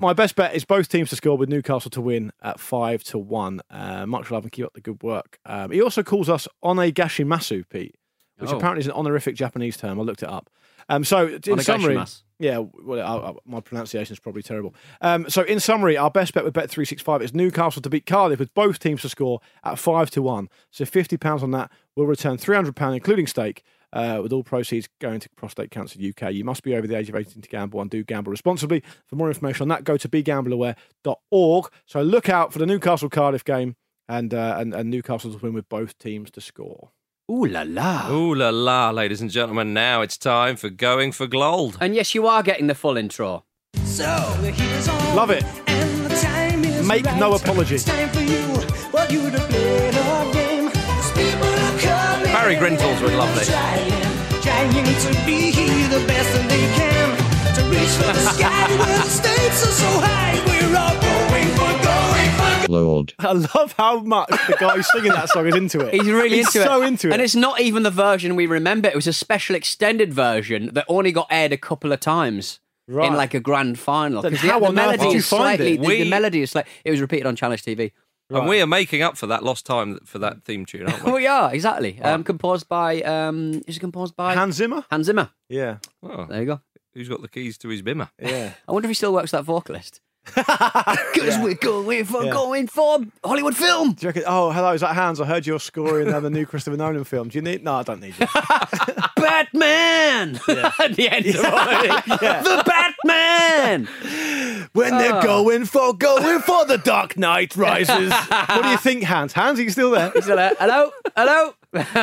E: my best bet is both teams to score with Newcastle to win at five to one. Uh, much love and keep up the good work. Um, he also calls us One Gashimasu, Pete, which
F: Oh.
E: apparently is an honorific Japanese term. I looked it up. Um, so in
F: Onegashimas.
E: summary, yeah, well, I, I, my pronunciation is probably terrible. Um, so in summary, our best bet with Bet three six five is Newcastle to beat Cardiff with both teams to score at five to one. So fifty pounds on that will return three hundred pound, including stake. Uh, with all proceeds going to Prostate Cancer UK. You must be over the age of 18 to gamble and do gamble responsibly. For more information on that, go to begambleaware.org. So look out for the Newcastle Cardiff game and, uh, and, and Newcastle to win with both teams to score. (laughs)
F: Ooh la la.
D: Ooh la la, ladies and gentlemen, now it's time for Going for Gold.
F: And yes, you are getting the full intro.
E: Love it. Make no apology.
D: Barry Grindles would love this.
H: (laughs)
E: I love how much the guy who's singing that song is into it.
F: He's really
E: He's
F: into it.
E: so into it.
F: And it's not even the version we remember. It was a special extended version that only got aired a couple of times.
E: Right.
F: In like a grand final.
E: Then
F: 'Cause the,
E: how
F: the
E: on earth
F: melody
E: did you
F: is
E: find
F: slightly
E: it?
F: the,
D: We-
F: the melody is like it was repeated on Challenge TV.
D: And we are making up for that lost time for that theme tune,
E: (laughs)
D: aren't we?
F: we are, exactly. Um, composed by um is it composed by
E: Hans Zimmer?
F: Hans Zimmer.
E: Yeah.
D: Oh,
F: There you go.
D: who's got the keys to his bimmer?
E: Yeah.
F: I wonder if he still works that
E: (laughs)
F: vocalist. Because we're going for
E: Yeah.
F: going for Hollywood film.
E: Do you reckon, oh, hello, is that Hans? I heard you're scoring uh, the new Christopher Nolan film. Do you need? No, I don't need you.
F: Batman (laughs) at the
E: (laughs)
F: end of it. The Batman.
E: (laughs) when they're going for, going for the Dark Knight Rises. (laughs) what do you think, Hans? Hans, are you still (laughs) there?
F: Still there. Hello, hello.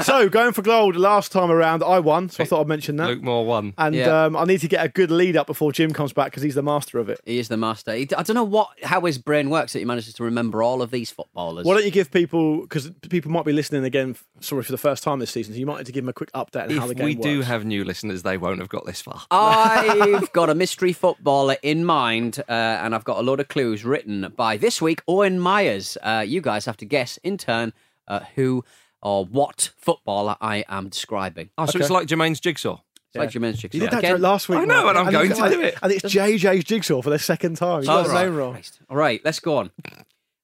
E: so, going for gold last time around, I won, so I thought I'd mention that.
D: Luke Moore won.
E: And
F: Yeah.
E: um, I need to get a good lead up before Jim comes back because he's the master of it.
F: He is the master. He, I don't know what how his brain works that he manages to remember all of these footballers.
E: (laughs) Why don't you give people because people might be listening again? f- Sorry for the first time this season, so you might have to give them a quick update on how the
D: If
E: game
D: we do
E: works.
D: have new listeners, they won't have got this far.
F: I've got a mystery footballer in mind, uh, and I've got a load of clues written by this week Owen Myers. Uh, you guys have to guess in turn uh, who or what footballer I am describing.
D: Oh, so it's like Jermaine's jigsaw. (laughs)
F: It's like Jermaine Jigsaw.
E: You did that
F: Again?
E: joke last week.
D: I know, and
E: Mark.
D: I'm going
E: it's-
D: to do it.
E: And it's JJ's jigsaw for the second time. You got
F: All
E: his
F: Oh, right.
E: name wrong.
F: Christ. All right, let's go on.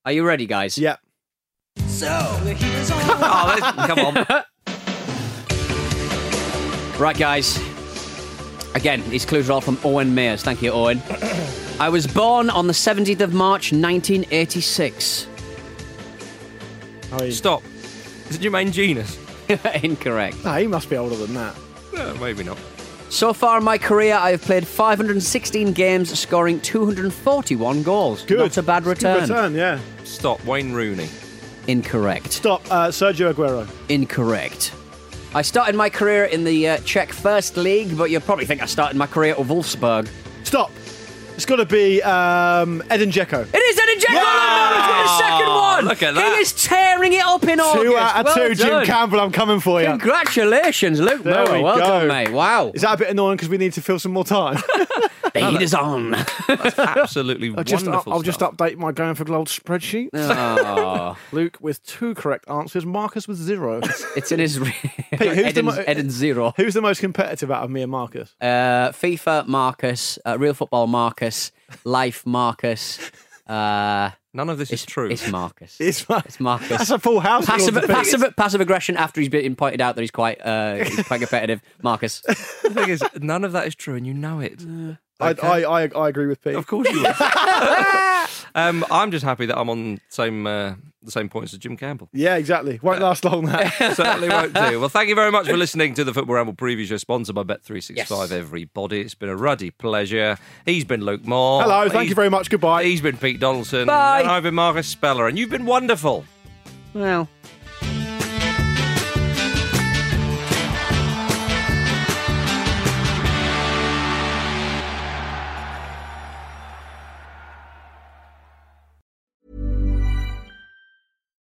F: Are you ready, guys?
E: Yeah.
D: Oh, there's- come on.
E: (laughs)
F: Right, guys. Again, these clues are all from Owen Mears. Thank you,
E: (coughs)
F: Owen. I was born on the 17th of March, 1986.
E: Oh, he,
D: Stop. Is it Jermaine Genus?
F: (laughs) Incorrect.
E: no, he must be older than that.
D: No, maybe not.
F: So far in my career, I have played 516 games, scoring 241 goals.
E: Good.
F: Not a bad
E: It's
F: return.
E: Good return, yeah.
D: Stop. Wayne Rooney.
F: Incorrect.
E: Stop. Uh, Sergio Aguero.
F: Incorrect. I started my career in the uh, Czech First League, but you'll probably think I started my career at Wolfsburg.
E: Stop. It's got to be um, Edin Dzeko.
F: It is Edin Dzeko!
D: Wow.
F: Wow! Look
D: Look at
F: He
D: that.
F: is tearing it up in August.
E: Two out of
F: Well
E: two, Jim
F: done.
E: Campbell. I'm coming for you.
F: Congratulations, Luke
E: There
F: Moore.
E: we
F: well
E: go.
F: done, mate. Wow.
E: Is that a bit annoying because we need to fill some
F: (laughs)
E: more time?
F: The heat is
E: (laughs)
F: on.
D: Absolutely
E: I'll just,
D: wonderful.
E: I'll just
D: stuff.
E: update my going for gold spreadsheet.
F: Oh,
E: Luke with two correct answers, Marcus with zero.
F: it's in his.
E: Pete, who's the
F: Edin's,
E: mo-
F: Edin's zero.
E: (laughs) Who's the most competitive out of me
F: (laughs)
E: and Marcus?
F: Uh, FIFA Marcus, uh, Real Football Marcus, Life Marcus. Uh,
D: None of this is true.
F: It's Marcus.
E: It's Mar-
F: It's Marcus.
E: That's a full house.
F: Passive,
E: Lord Pete.
F: passive, passive aggression after he's been pointed out that he's quite uh, he's quite competitive.
E: (laughs)
F: Marcus.
D: (laughs) the thing is, none of that is true, and you know (laughs) it.
E: I, I, I, I agree with Pete.
D: Of course
E: (laughs)
D: you would. um, I'm just happy that I'm on same uh, the same points as Jim Campbell.
E: Yeah, exactly. Won't last long.
D: (laughs)
E: That.
D: Certainly won't do. Well, thank you very much for listening to the Football Ramble preview show, sponsored by Bet365,
F: Yes.
D: everybody. It's been a ruddy pleasure. He's been Luke Moore.
E: Hello. Thank you
D: Oh, He's-
E: very much. Goodbye.
D: He's been Pete Donaldson.
F: Bye.
D: And I've been Marcus Speller, and you've been wonderful.
F: Well.